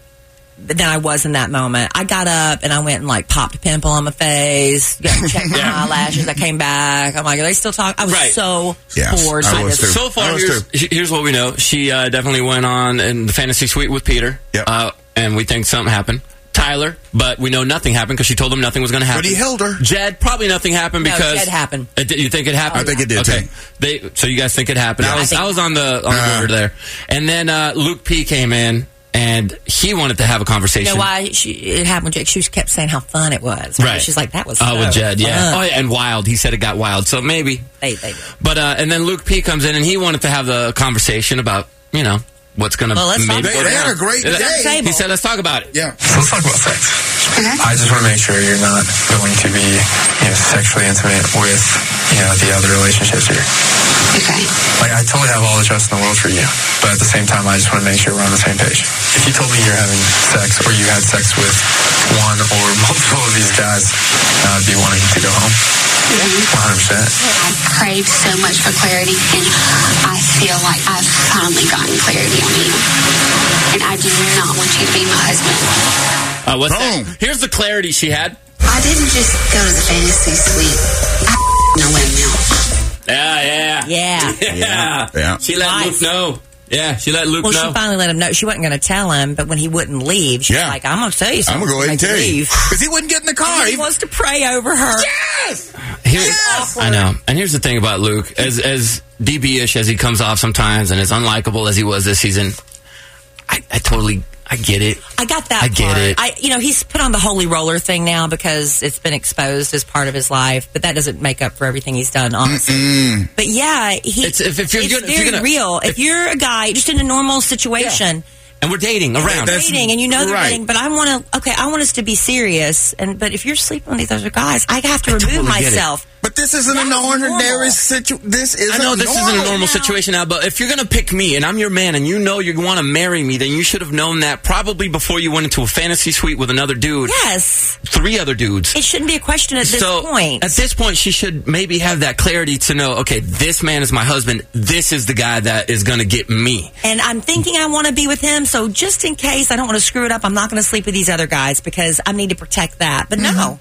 Speaker 5: than I was in that moment. I got up and I went and like popped a pimple on my face, got- checked my
Speaker 3: Yeah.
Speaker 5: eyelashes. I came back. I'm like, are they still talking? I was
Speaker 3: Right.
Speaker 5: so
Speaker 4: Yes,
Speaker 5: bored.
Speaker 4: I
Speaker 5: by
Speaker 4: was
Speaker 5: this.
Speaker 4: too.
Speaker 3: So far,
Speaker 4: Ours
Speaker 3: here's, he- here's what we know. She uh, definitely went on in the fantasy suite with Peter.
Speaker 4: Yep.
Speaker 3: Uh, and we think something happened. Tyler, but we know nothing happened because she told him nothing was going to happen.
Speaker 4: But he held her.
Speaker 3: Jed, probably nothing happened
Speaker 5: No,
Speaker 3: because
Speaker 5: Jed happened.
Speaker 3: Uh, did you think it happened?
Speaker 4: I think it did,
Speaker 3: Okay.
Speaker 4: too.
Speaker 3: They, so you guys think it happened? I was
Speaker 5: think-
Speaker 3: I, was on the on the
Speaker 4: Uh.
Speaker 3: border there, and then uh, Luke P came in and he wanted to have a
Speaker 5: You
Speaker 3: conversation.
Speaker 5: know why she, it happened with Jake? She kept saying how fun it was.
Speaker 3: Right.
Speaker 5: She's like, that was
Speaker 3: Oh, with
Speaker 5: so
Speaker 3: Jed, yeah.
Speaker 5: fun.
Speaker 3: Oh, yeah, and wild. He said it got wild, so maybe.
Speaker 5: They, they,
Speaker 3: But uh, and then Luke P comes in and he wanted to have the conversation about you know what's going to.
Speaker 5: Well, let's talk
Speaker 4: They- they had a great day.
Speaker 3: He said, "Let's talk about it."
Speaker 4: Yeah.
Speaker 11: Let's talk about sex. I just want to make sure you're not going to be you know, sexually intimate with you know the other relationships here.
Speaker 12: okay?
Speaker 11: Like I totally have all the trust in the world for you. But at the same time, I just want to make sure we're on the same page. If you told me you're having sex or you had sex with one or multiple of these guys, I'd be wanting to go home. 100%.
Speaker 12: I've craved so much for clarity, and I feel like I've finally gotten clarity on you. And I do not want you to be my husband.
Speaker 3: Uh, what's that? Here's the clarity she had.
Speaker 12: I didn't just go to the fantasy suite. I no windmill.
Speaker 3: Yeah, yeah.
Speaker 5: Yeah.
Speaker 3: Yeah.
Speaker 4: Yeah.
Speaker 3: She let Luke know. Yeah, she let Luke
Speaker 5: Well,
Speaker 3: know.
Speaker 5: she finally let him know. She wasn't going to tell him, but when he wouldn't leave, she's
Speaker 4: Yeah.
Speaker 5: like, I'm going to tell you
Speaker 4: I'm
Speaker 5: something.
Speaker 4: gonna go ahead and
Speaker 5: Make
Speaker 4: tell you
Speaker 5: leave.
Speaker 4: because he wouldn't get in the car.
Speaker 5: He wants to pray over her.
Speaker 3: Here- I know. And here's the thing about Luke, as as DB-ish as he comes off sometimes, and as unlikable as he was this season, I, I totally I get it.
Speaker 5: I got that
Speaker 3: I get
Speaker 5: part.
Speaker 3: it.
Speaker 5: I, you know, he's put on the holy roller thing now because it's been exposed as part of his life, but that doesn't make up for everything he's done, honestly. But yeah, he,
Speaker 3: It's- if- if you're
Speaker 5: it's
Speaker 3: gonna- if
Speaker 5: very
Speaker 3: you're gonna-
Speaker 5: real. If, you're a guy just in a normal situation,
Speaker 3: And we're dating around.
Speaker 4: That's-
Speaker 5: dating, and you know they're
Speaker 4: right.
Speaker 5: dating, but I want to, okay, I want us to be serious. And But if you're sleeping with these other guys, I have to remove
Speaker 3: totally get it.
Speaker 5: myself.
Speaker 4: But this isn't an
Speaker 5: That's normal.
Speaker 4: ordinary situation. This isn't.
Speaker 3: I know this
Speaker 4: normal.
Speaker 3: isn't a normal situation now, but if you're gonna pick me and I'm your man and you know you want to marry me, then you should have known that probably before you went into a fantasy suite with another dude,
Speaker 5: Yes.
Speaker 3: three other dudes.
Speaker 5: It shouldn't be a question at this
Speaker 3: so
Speaker 5: point.
Speaker 3: at this point, she should maybe have that clarity to know, okay, this man is my husband. This is the guy that is gonna get me.
Speaker 5: and I'm thinking I want to be with him. So just in case I don't want to screw it up, I'm not going to sleep with these other guys because I need to protect that. But no,
Speaker 4: Mm-hmm.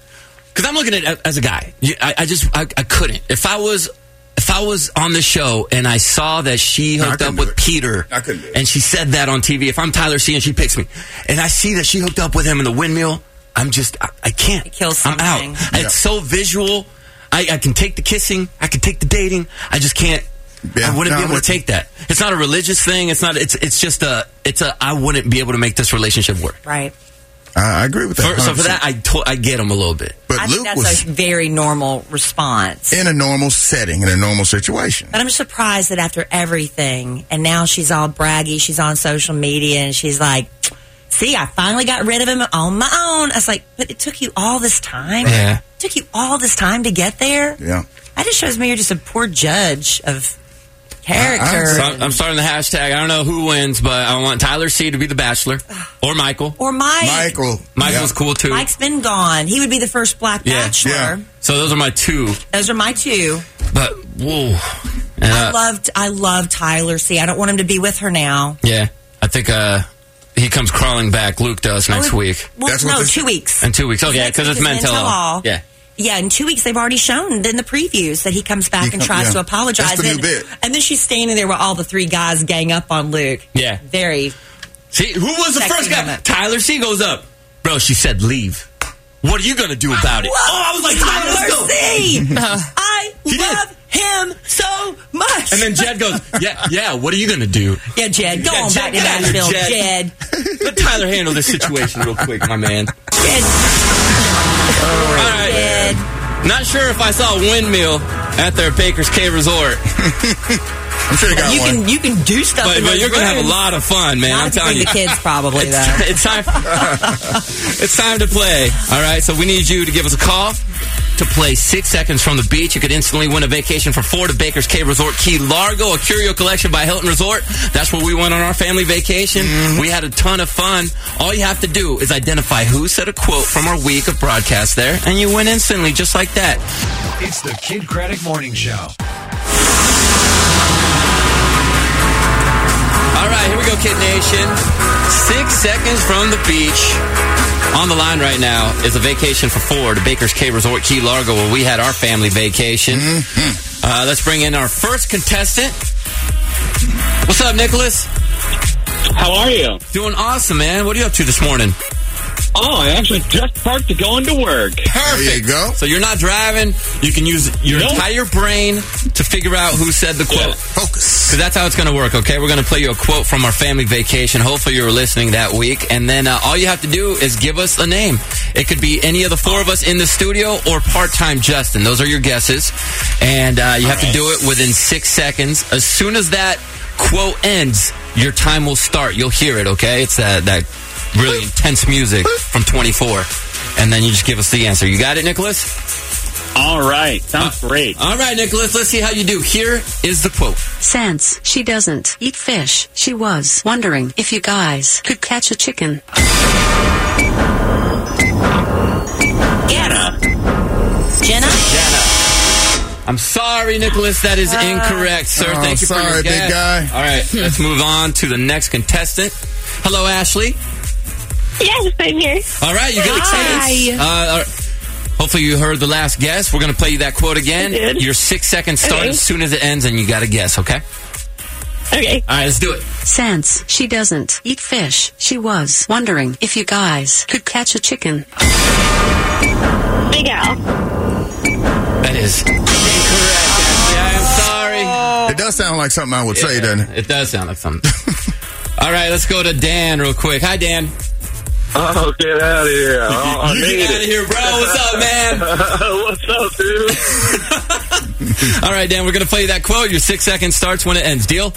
Speaker 3: because I'm looking at it as a guy. You- I, I just I, I couldn't. If I was if I was on the show and I saw that she
Speaker 4: I
Speaker 3: hooked
Speaker 4: couldn't
Speaker 3: up
Speaker 4: do
Speaker 3: with
Speaker 4: it.
Speaker 3: Peter,
Speaker 4: I couldn't do it.
Speaker 3: and she said that on TV. If I'm Tyler C and she picks me, and I see that she hooked up with him in the windmill, I'm just I, I can't. It
Speaker 5: kills
Speaker 3: I'm out.
Speaker 5: something.
Speaker 3: It's so visual. I, I can take the kissing. I can take the dating. I just can't.
Speaker 4: Yeah,
Speaker 3: I wouldn't
Speaker 4: no,
Speaker 3: be
Speaker 4: I'm
Speaker 3: able to
Speaker 4: with you.
Speaker 3: take that. It's not a religious thing. It's not. It's it's just a. It's a. I wouldn't be able to make this relationship work.
Speaker 5: right.
Speaker 4: I, I agree with that.
Speaker 3: For, so for
Speaker 4: 100%.
Speaker 3: that, I to, I get him a little bit.
Speaker 4: but
Speaker 5: I think
Speaker 4: Luke
Speaker 5: that's
Speaker 4: was
Speaker 5: a very normal response.
Speaker 4: in a normal setting, in a normal situation.
Speaker 5: but I'm surprised that after everything, and now she's all braggy, she's on social media, and she's like, See, I finally got rid of him on my own. I was like, But it took you all this time?
Speaker 3: Yeah.
Speaker 5: It took you all this time to get there?
Speaker 4: Yeah.
Speaker 5: That just shows me you're just a poor judge of character.
Speaker 3: So I'm, I'm starting the hashtag. I don't know who wins, but I want Tyler C to be the bachelor or Michael.
Speaker 5: or Mike.
Speaker 4: Michael.
Speaker 3: Michael's
Speaker 4: Yeah.
Speaker 3: cool too.
Speaker 5: Mike's been gone. He would be the first black
Speaker 3: Yeah,
Speaker 5: bachelor.
Speaker 4: yeah.
Speaker 3: so those are my two.
Speaker 5: Those are my two.
Speaker 3: But whoa,
Speaker 5: I
Speaker 3: Uh,
Speaker 5: loved I love Tyler C. I don't want him to be with her now.
Speaker 3: yeah, I think uh, he comes crawling back. Luke does next
Speaker 5: Oh,
Speaker 3: week
Speaker 5: Well,
Speaker 4: That's what
Speaker 5: no,
Speaker 4: this-
Speaker 5: two weeks.
Speaker 3: in two weeks. Oh yeah,
Speaker 5: Next
Speaker 3: because
Speaker 5: week
Speaker 3: it's
Speaker 5: is
Speaker 3: men tell all. Yeah,
Speaker 5: Yeah, in two weeks they've already shown in the previews that he comes back
Speaker 4: He
Speaker 5: and
Speaker 4: come-
Speaker 5: tries
Speaker 4: yeah.
Speaker 5: to apologize.
Speaker 4: That's the new
Speaker 5: and,
Speaker 4: bit.
Speaker 5: and then she's standing there while all the three guys gang up on Luke.
Speaker 3: Yeah.
Speaker 5: Very
Speaker 3: See, who was the
Speaker 5: Sexy
Speaker 3: first guy?
Speaker 5: moment.
Speaker 3: Tyler C goes up. Bro, she said leave. What are you gonna do about it? Oh, I was like Tyler,
Speaker 5: Tyler
Speaker 3: let's go.
Speaker 5: C. I
Speaker 3: He did.
Speaker 5: love him so much.
Speaker 3: And then Jed goes, yeah, yeah. What are you gonna do?
Speaker 5: Yeah, Jed, go
Speaker 3: Yeah,
Speaker 5: on
Speaker 3: Jed,
Speaker 5: back to
Speaker 3: get out of here,
Speaker 5: Nashville,
Speaker 3: Jed.
Speaker 5: Jed.
Speaker 3: Let Tyler handle this situation real quick, my man.
Speaker 5: Jed.
Speaker 3: All right.
Speaker 5: Jed.
Speaker 3: Not sure if I saw a windmill at their Baker's Cave Resort,
Speaker 4: I'm sure you got
Speaker 5: You
Speaker 4: one.
Speaker 5: can you can do stuff.
Speaker 3: but,
Speaker 5: in
Speaker 3: but
Speaker 5: those
Speaker 3: you're gonna have a
Speaker 5: rooms.
Speaker 3: lot of fun, man.
Speaker 5: Not
Speaker 3: I'm
Speaker 5: if you
Speaker 3: telling
Speaker 5: bring
Speaker 3: you.
Speaker 5: the kids probably though.
Speaker 3: It's, it's time. it's time to play. All right, so we need you to give us a call to play six seconds from the beach. You could instantly win a vacation for four to Baker's Cave Resort, Key Largo, a Curio collection by Hilton Resort. That's where we went on our family vacation.
Speaker 5: Mm-hmm.
Speaker 3: We had a ton of fun. All you have to do is identify who said a quote from our week of broadcast there, and you win instantly, just like that.
Speaker 2: It's the Kid Craddock Morning Show.
Speaker 3: All right, here we go, Kid Nation. Six seconds from the beach. On the line right now is a vacation for four to Baker's Cave Resort Key Largo, where we had our family vacation.
Speaker 4: Mm-hmm.
Speaker 3: Uh, let's bring in our first contestant. What's up, Nicholas?
Speaker 7: How are you?
Speaker 3: Doing awesome, man. What are you up to this morning?
Speaker 7: Oh, I actually just parked to go into work.
Speaker 4: There you go.
Speaker 3: So you're not driving. You can use your
Speaker 7: Nope.
Speaker 3: entire brain to figure out who said the quote.
Speaker 4: Focus.
Speaker 3: Because that's how it's going to work, okay? We're going to play you a quote from our family vacation. Hopefully, you were listening that week. And then uh, all you have to do is give us a name. It could be any of the four of us in the studio or part time Justin. Those are your guesses. And uh, you have to do it within six seconds. As soon as that quote ends, your time will start. You'll hear it, okay? It's that, that really intense music from 24. And then you just give us the answer. You got it, Nicholas? Uh,
Speaker 7: All right. Sounds great.
Speaker 3: All right, Nicholas, let's see how you do. Here is the quote.
Speaker 13: Since she doesn't eat fish, she was wondering if you guys could catch a chicken.
Speaker 5: Get up. Jenna?
Speaker 3: I'm sorry, Nicholas, that
Speaker 9: Ah.
Speaker 3: is incorrect, sir.
Speaker 4: Oh,
Speaker 3: Thank you for your
Speaker 4: sorry, big
Speaker 3: guess.
Speaker 4: guy.
Speaker 3: All right, let's move on to the next contestant. Hello, Ashley.
Speaker 9: Yes, I'm here.
Speaker 3: All right, you got a chance. Uh, all right. hopefully, you heard the last guess. We're going to play you that quote again.
Speaker 9: I did.
Speaker 3: Your six seconds start
Speaker 13: Okay.
Speaker 3: as soon as it ends, and you got to guess, okay?
Speaker 9: Okay.
Speaker 3: All right, let's do it.
Speaker 13: Since she doesn't eat fish, she was wondering if you guys could catch a chicken.
Speaker 9: Big Al.
Speaker 3: That is incorrect, Ashley. I am sorry.
Speaker 4: It does sound like something I would say, doesn't it?
Speaker 3: It does sound like something. all right, let's go to Dan real quick. Hi, Dan.
Speaker 7: Oh, get out of here. Oh, I
Speaker 3: You
Speaker 7: made
Speaker 3: get
Speaker 7: it.
Speaker 3: out of here, bro. What's up, man?
Speaker 7: What's up, dude?
Speaker 3: All right, Dan, we're going to play you that quote. Your six seconds starts when it ends. Deal?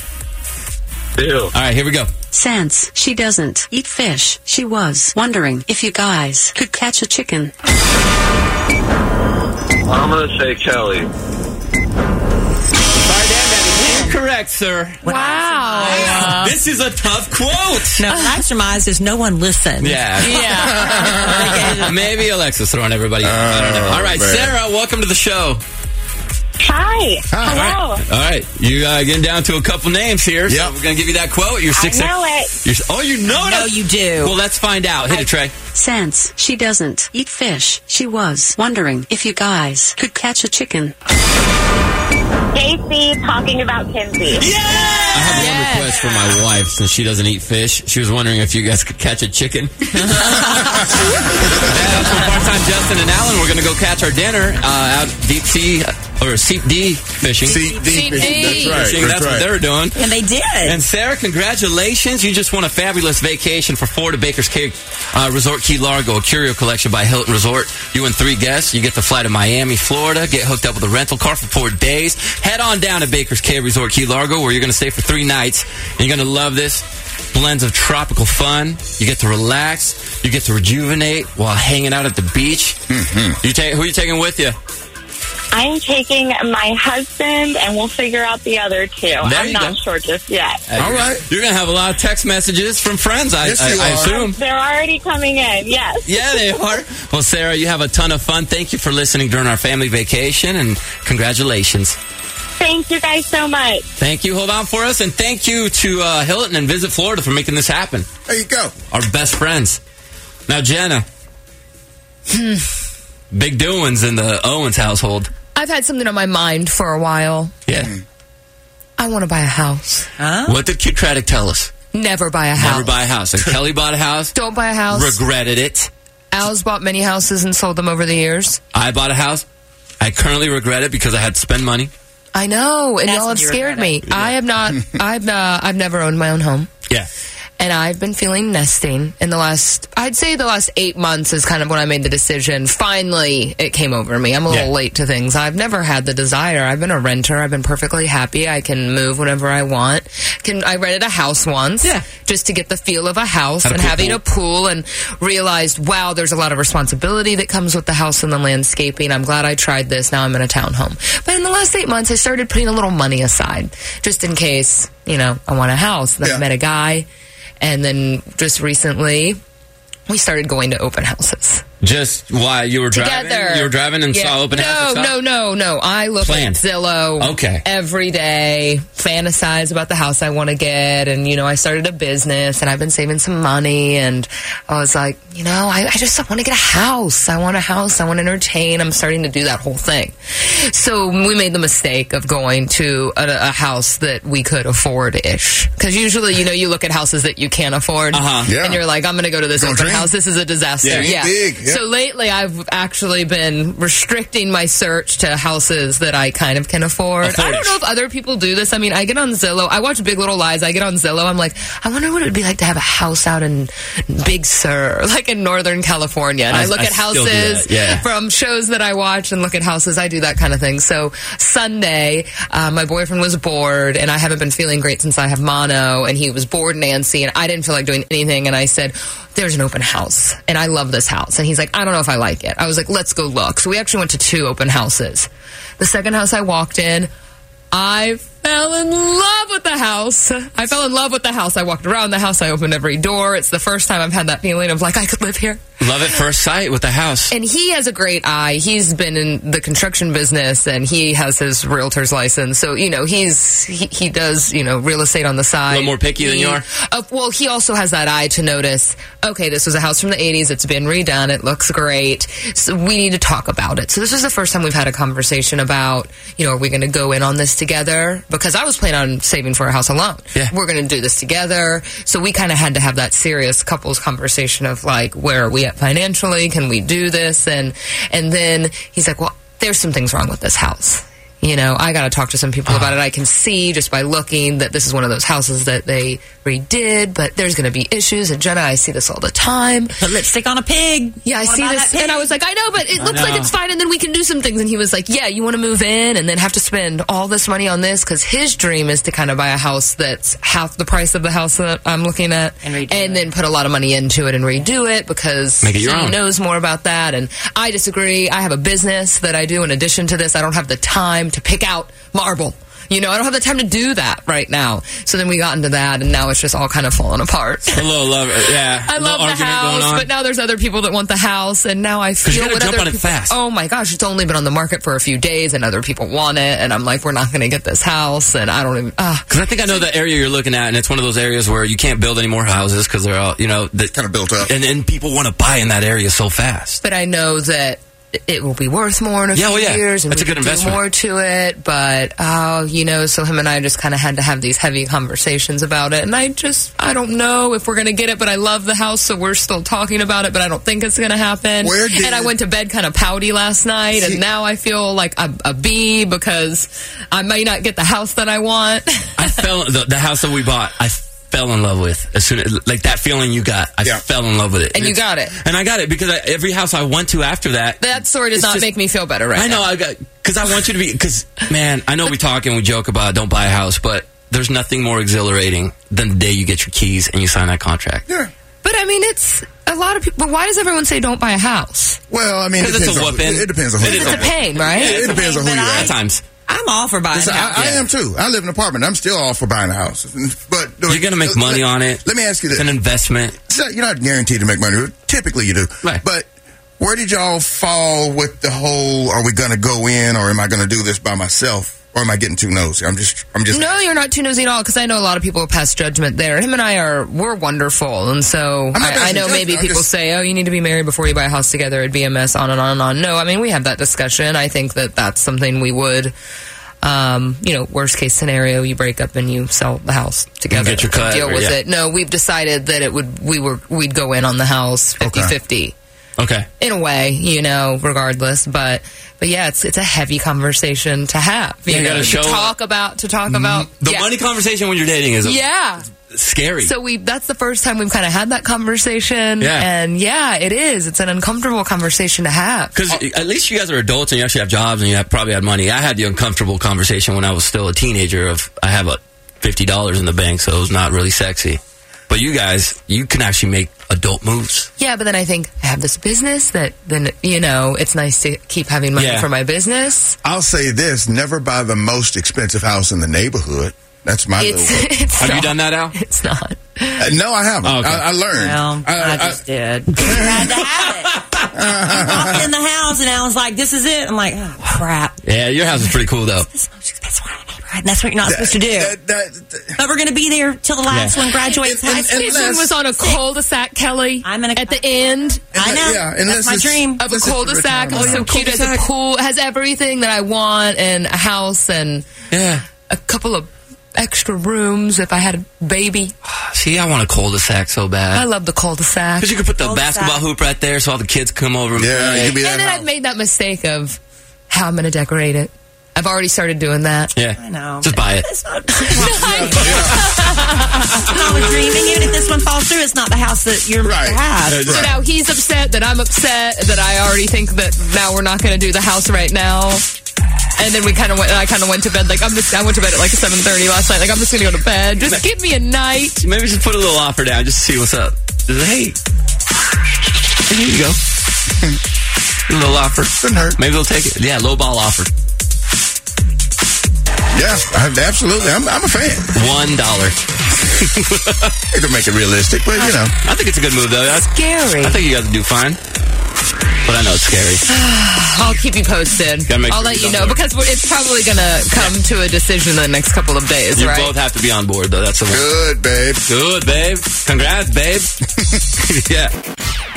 Speaker 7: Deal. All
Speaker 3: right, here we go.
Speaker 13: Since she doesn't eat fish, she was wondering if you guys could catch a chicken.
Speaker 7: I'm going to say Kelly.
Speaker 3: Correct, sir.
Speaker 5: Wow.
Speaker 3: This is a tough quote.
Speaker 5: No, I surmise is no one listened.
Speaker 3: Yeah. Maybe Alexa's throwing everybody. off. I don't know. All right,
Speaker 4: Oh, man.
Speaker 3: Sarah, welcome to the show.
Speaker 9: Hi. Hello.
Speaker 3: All right, you uh, getting down to a couple names here. So we're gonna give you that quote. Your six.
Speaker 9: I know it.
Speaker 3: Your, oh, you know
Speaker 5: No,
Speaker 3: it.
Speaker 5: you do.
Speaker 3: Well, let's find out. Hit it, Trey.
Speaker 13: Since she doesn't eat fish, she was wondering if you guys could catch a chicken.
Speaker 9: JC talking about Kinsey.
Speaker 3: I have one request for my wife since she doesn't eat fish. She was wondering if you guys could catch a chicken. That's from part-time Justin and Alan. We're gonna go catch our dinner uh, out deep sea or deep D fishing.
Speaker 4: See, deep is-
Speaker 6: CD.
Speaker 4: That's
Speaker 3: Fishing,
Speaker 4: right.
Speaker 3: That's
Speaker 4: That's
Speaker 3: what
Speaker 4: right.
Speaker 3: they're doing.
Speaker 5: And they did.
Speaker 3: And Sarah, congratulations! You just won a fabulous vacation for four to Baker's Cave uh, Resort Key Largo, a curio collection by Hilton Resort. You and three guests. You get to fly to Miami, Florida, get hooked up with a rental car for four days. Head on down to Baker's Cave Resort Key Largo, where you're going to stay for three nights. And you're going to love this blends of tropical fun. You get to relax. You get to rejuvenate while hanging out at the beach.
Speaker 4: Mm-hmm.
Speaker 3: You take who you taking with you?
Speaker 9: I'm taking my husband, and we'll figure out the other two. I'm
Speaker 3: you
Speaker 9: not
Speaker 3: go.
Speaker 9: sure just yet.
Speaker 4: All right.
Speaker 3: You're going to have a lot of text messages from friends. I,
Speaker 4: Yes,
Speaker 3: I,
Speaker 4: you
Speaker 3: I
Speaker 4: are.
Speaker 3: assume.
Speaker 9: They're already coming in. Yes.
Speaker 3: Yeah, they are. Well, Sarah, you have a ton of fun. Thank you for listening during our family vacation, and congratulations.
Speaker 9: Thank you guys so much.
Speaker 3: Thank you. Hold on for us, and thank you to uh, Hilton and Visit Florida for making this happen.
Speaker 4: There you go.
Speaker 3: Our best friends. Now, Jenna.
Speaker 6: Hmm.
Speaker 3: Big doings in the Owens household.
Speaker 6: I've had something on my mind for a while.
Speaker 3: Yeah.
Speaker 6: I want to buy a house.
Speaker 3: What did Kid Craddock tell us?
Speaker 6: Never buy a house.
Speaker 3: Never buy a house. And Kelly bought a house,
Speaker 6: Don't buy a house.
Speaker 3: regretted it.
Speaker 6: Al's bought many houses and sold them over the years.
Speaker 3: I bought a house. I currently regret it because I had to spend money.
Speaker 6: I know, and
Speaker 5: That's
Speaker 6: y'all
Speaker 5: when
Speaker 6: have
Speaker 5: you
Speaker 6: scared
Speaker 5: regret
Speaker 6: me. I have not. I've uh, I've never owned my own home.
Speaker 3: Yeah.
Speaker 6: and I've been feeling nesting in the last, I'd say the last eight months is kind of when I made the decision. Finally, it came over me. I'm a
Speaker 3: Yeah.
Speaker 6: little late to things. I've never had the desire. I've been a renter. I've been perfectly happy. I can move whenever I want. Can I rented a house once
Speaker 3: Yeah.
Speaker 6: just to get the feel of a house
Speaker 3: Had a
Speaker 6: and
Speaker 3: pool
Speaker 6: having
Speaker 3: pool.
Speaker 6: a pool and realized, wow, there's a lot of responsibility that comes with the house and the landscaping. I'm glad I tried this. Now I'm in a townhome. But in the last eight months, I started putting a little money aside just in case, you know, I want a house. Then
Speaker 4: Yeah.
Speaker 6: I met a guy. And then just recently, we started going to open houses
Speaker 3: Just why you were driving?
Speaker 6: together.
Speaker 3: You were driving and
Speaker 6: Yeah.
Speaker 3: saw open
Speaker 6: no,
Speaker 3: house.
Speaker 6: No, no, no. I look
Speaker 3: Planned.
Speaker 6: at Zillow
Speaker 3: Okay.
Speaker 6: every day, fantasize about the house I want to get. And, you know, I started a business and I've been saving some money. And I was like, you know, I, I just want to get a house. I want a house. I want to entertain. I'm starting to do that whole thing. So we made the mistake of going to a, a house that we could afford ish. Because usually, you know, you look at houses that you can't afford.
Speaker 3: Uh-huh.
Speaker 4: Yeah.
Speaker 6: And you're like, I'm going to go to this
Speaker 4: Gonna
Speaker 6: open
Speaker 4: dream.
Speaker 6: house. This is a disaster.
Speaker 3: Yeah.
Speaker 6: Yeah.
Speaker 4: Dream big. Yeah.
Speaker 6: So lately, I've actually been restricting my search to houses that I kind of can afford. I
Speaker 3: Afford.
Speaker 6: don't know if other people do this. I mean, I get on Zillow. I watch Big Little Lies. I get on Zillow. I'm like, I wonder what it would be like to have a house out in Big Sur, like in Northern California. And
Speaker 3: I-
Speaker 6: I, look
Speaker 3: I
Speaker 6: at
Speaker 3: still do that,
Speaker 6: houses
Speaker 3: yeah.
Speaker 6: from shows that I watch and look at houses. I do that kind of thing. So Sunday, uh, my boyfriend was bored, and I haven't been feeling great since I have mono, and he was bored, Nancy, and I didn't feel like doing anything. And I said, there's an open house and I love this house. And he's like, I don't know if I like it. I was like, let's go look. So we actually went to two open houses. The second house I walked in, I fell in love with the house. I fell in love with the house. I walked around the house. I opened every door. It's the first time I've had that feeling of like, I could live here.
Speaker 3: Love at first sight with the house.
Speaker 6: And he has a great eye. He's been in the construction business and he has his realtor's license. So, you know, he's, he, he does, you know, real estate on the side. A
Speaker 3: little more picky than you are?
Speaker 6: Uh, well, he also has that eye to notice, okay, this was a house from the 80s. It's been redone. It looks great. So we need to talk about it. So this is the first time we've had a conversation about, you know, are we going to go in on this together? Because I was planning on saving for a house alone. Yeah. We're going to do this together. So we kind of had to have that serious couples conversation of like, where are we at financially? Can we do this? And, and then he's like, well, there's some things wrong with this house. You know, I got to talk to some people about
Speaker 5: Uh-huh.
Speaker 6: it. I can see just by looking that this is one of those houses that they redid, but there's going to be issues. And Jenna, I see this all the time.
Speaker 5: Put lipstick on a pig.
Speaker 6: Yeah, I
Speaker 5: Wanna
Speaker 6: see
Speaker 5: buy
Speaker 6: this.
Speaker 5: that
Speaker 6: And I was like, I know, but it
Speaker 5: I
Speaker 6: looks like
Speaker 5: know.
Speaker 6: it's fine. And then we can do some things. And he was like, Yeah, you want to move in and then have to spend all this money on this because his dream is to kind of buy a house that's half the price of the house that I'm looking at and, then put a lot of money into it and redo it because
Speaker 3: Make it your
Speaker 6: he
Speaker 3: own.
Speaker 6: knows more about that. And I disagree. I have a business that I do in addition to this. I don't have the time to pick out marble. You know, I don't have the time to do that right now. So then we got into that, and now it's just all kind of falling apart.
Speaker 3: A little love. uh, Yeah.
Speaker 6: I
Speaker 3: a little
Speaker 6: love the
Speaker 3: argument going
Speaker 6: house,
Speaker 3: on.
Speaker 6: but now there's other people that want the house, and now I feel
Speaker 3: you gotta
Speaker 6: what
Speaker 3: jump
Speaker 6: other
Speaker 3: on it
Speaker 6: people-
Speaker 3: fast.
Speaker 6: Oh my gosh, it's only been on the market for a few days, and other people want it, and I'm like, we're not going to get this house, and I don't even. Uh,
Speaker 3: Because I think I know the area you're looking at, and it's one of those areas where you can't build any more houses because they're all, you know, kind
Speaker 4: of built up.
Speaker 3: And, and people want to buy in that area so fast.
Speaker 6: but I know that it will be worth more in a
Speaker 3: Yeah,
Speaker 6: few
Speaker 3: well, yeah.
Speaker 6: years, and
Speaker 3: That's
Speaker 6: we
Speaker 3: a good
Speaker 6: could do
Speaker 3: investment.
Speaker 6: more to it. But oh, you know, so him and I just kind of had to have these heavy conversations about it, and I just I don't know if we're going to get it, but I love the house, so we're still talking about it, but I don't think it's going to happen.
Speaker 4: Where did-
Speaker 6: and I went to bed kind of pouty last night, and now I feel like a, a bee because I may not get the house that I want.
Speaker 3: I fell the, the house that we bought. I fell in love with as soon as like that feeling you got. I fell in love with it,
Speaker 6: And you
Speaker 3: It's-
Speaker 6: got it.
Speaker 3: and I got it because I, every house I went to after that.
Speaker 6: That story does
Speaker 3: It's
Speaker 6: not
Speaker 3: just-
Speaker 6: make me feel better, right?
Speaker 3: I know
Speaker 6: now.
Speaker 3: I got because I want you to be because man, I know we talk and we joke about don't buy a house, but there's nothing more exhilarating than the day you get your keys and you sign that contract.
Speaker 6: But I mean, it's a lot of people. But why does everyone say don't buy a house?
Speaker 4: Well, I mean, it
Speaker 3: 'Cause it's
Speaker 4: depends
Speaker 3: a
Speaker 4: on-
Speaker 3: whooping.
Speaker 4: It depends on who
Speaker 3: It
Speaker 4: you
Speaker 3: is
Speaker 4: are.
Speaker 3: a
Speaker 6: It's a pain, right?
Speaker 4: It depends on who you are.
Speaker 3: At times
Speaker 5: I'm all for buying
Speaker 4: Listen,
Speaker 5: a
Speaker 4: I,
Speaker 5: house.
Speaker 4: I am too. I live in an apartment. I'm still all for buying a house. But
Speaker 3: you're gonna make
Speaker 4: Let-
Speaker 3: money on it.
Speaker 4: Let me ask you
Speaker 3: It's
Speaker 4: this:
Speaker 3: an investment.
Speaker 4: It's not- you're not guaranteed to make money. Typically, you do.
Speaker 3: Right.
Speaker 4: But where did y'all fall with the whole? Are we going to go in, or am I going to do this by myself, or am I getting too nosy? I'm just, I'm just.
Speaker 6: No, you're not too nosy at all. Because I know a lot of people pass judgment there. Him and I are we're wonderful, and so
Speaker 4: not
Speaker 6: I, I
Speaker 4: passing
Speaker 6: know maybe
Speaker 4: judgment, I'm
Speaker 6: people
Speaker 4: just-
Speaker 6: say, "Oh, you need to be married before you buy a house together." It'd be a mess, on and on and on. No, I mean we have that discussion. I think that that's something we would. Um, you know, worst case scenario, you break up and you sell the house together.
Speaker 3: get your cut,
Speaker 6: deal
Speaker 3: or-
Speaker 6: with
Speaker 3: yeah.
Speaker 6: it. No, we've decided that it would we were we'd go in on the house 50-50
Speaker 3: Okay.
Speaker 6: in a way, you know, regardless. But but yeah, it's it's a heavy conversation to have. You,
Speaker 3: You
Speaker 6: know,
Speaker 3: gotta
Speaker 6: to
Speaker 3: show-
Speaker 6: talk about to talk about
Speaker 3: The
Speaker 6: yeah.
Speaker 3: money conversation when you're dating is a,
Speaker 6: Yeah.
Speaker 3: scary.
Speaker 6: So we that's the first time we've kind of had that conversation.
Speaker 3: Yeah.
Speaker 6: And yeah, it is. It's an uncomfortable conversation to have.
Speaker 3: Because at least you guys are adults and you actually have jobs and you have, probably had money. I had the uncomfortable conversation when I was still a teenager of I have a fifty dollars in the bank, so it's not really sexy. But you guys, you can actually make adult moves.
Speaker 6: Yeah, but then I think I have this business that then you know, it's nice to keep having money
Speaker 3: Yeah.
Speaker 6: for my business.
Speaker 4: I'll say this: never buy the most expensive house in the neighborhood. That's my. little-
Speaker 6: It's it's
Speaker 3: Have
Speaker 6: not,
Speaker 3: you done that, Al?
Speaker 6: it's not.
Speaker 4: Uh, no, I haven't.
Speaker 3: Oh, okay.
Speaker 4: I, I learned.
Speaker 5: Well, I, just did. I had to have it. I walked in the house and Alan's like, "This is it." I'm like, "Oh crap,
Speaker 3: Yeah, your house is pretty cool though.
Speaker 5: this is the most expensive one in the neighborhood." And that's what you're not supposed to do.
Speaker 4: That- that- that-
Speaker 5: but we're gonna be there till the last
Speaker 3: Yeah.
Speaker 5: one graduates. high
Speaker 6: This
Speaker 5: school.
Speaker 6: one was on a cul-de-sac, Kelly.
Speaker 5: I'm in a-
Speaker 6: at the end.
Speaker 5: I know.
Speaker 4: yeah, unless
Speaker 5: that's my
Speaker 4: it's-
Speaker 5: dream.
Speaker 6: of a
Speaker 4: This is the
Speaker 6: cul-de-sac.
Speaker 4: retirement
Speaker 6: It's so
Speaker 4: home.
Speaker 6: cute. It has a pool. It has everything that I want, and a house, and
Speaker 3: Yeah.
Speaker 6: a couple of extra rooms if I had a baby.
Speaker 3: See, I want a cul-de-sac so
Speaker 6: I
Speaker 3: bad.
Speaker 6: love the cul-de-sac.
Speaker 3: Because you could put the
Speaker 5: Cul-de-sac.
Speaker 3: basketball hoop right there, so all the kids come over. And
Speaker 4: yeah, you
Speaker 3: play.
Speaker 4: could be
Speaker 6: and
Speaker 4: that
Speaker 6: then
Speaker 4: house.
Speaker 6: I've made that mistake of how I'm going to decorate it. I've already started doing that.
Speaker 3: yeah.
Speaker 5: I know.
Speaker 3: Just buy it.
Speaker 5: It's not, I was dreaming. Even if this one falls through, it's not the house that you're
Speaker 4: Right.
Speaker 5: to have.
Speaker 4: That's
Speaker 6: So
Speaker 4: right.
Speaker 6: now he's upset that I'm upset that I already think that now we're not going to do the house right now. And then we kind of went. I kind of went to bed like I'm just. I went to bed at like 7:30 last night. Like I'm just going to go to bed. Just give me a night.
Speaker 3: Maybe just put a little offer down, just to see what's up. Just, hey, here you go. A little offer. Doesn't hurt. Maybe they'll take it. Yeah, low ball offer.
Speaker 4: Yeah, I- absolutely. I'm, I'm a fan.
Speaker 3: One dollar.
Speaker 4: They could make it realistic, but you know.
Speaker 3: I think it's a good move, though. I-
Speaker 6: Scary.
Speaker 3: I think you guys will do fine. But I know it's scary.
Speaker 6: I'll keep you posted.
Speaker 3: Gotta make
Speaker 6: I'll
Speaker 3: sure
Speaker 6: let
Speaker 3: you
Speaker 6: you
Speaker 3: don't
Speaker 6: know
Speaker 3: work.
Speaker 6: because we're- it's probably going to come to a decision in the next couple of days,
Speaker 3: You
Speaker 6: right?
Speaker 3: both have to be on board, though. That's the one.
Speaker 4: Good, babe.
Speaker 3: Good, babe. Congrats, babe. yeah.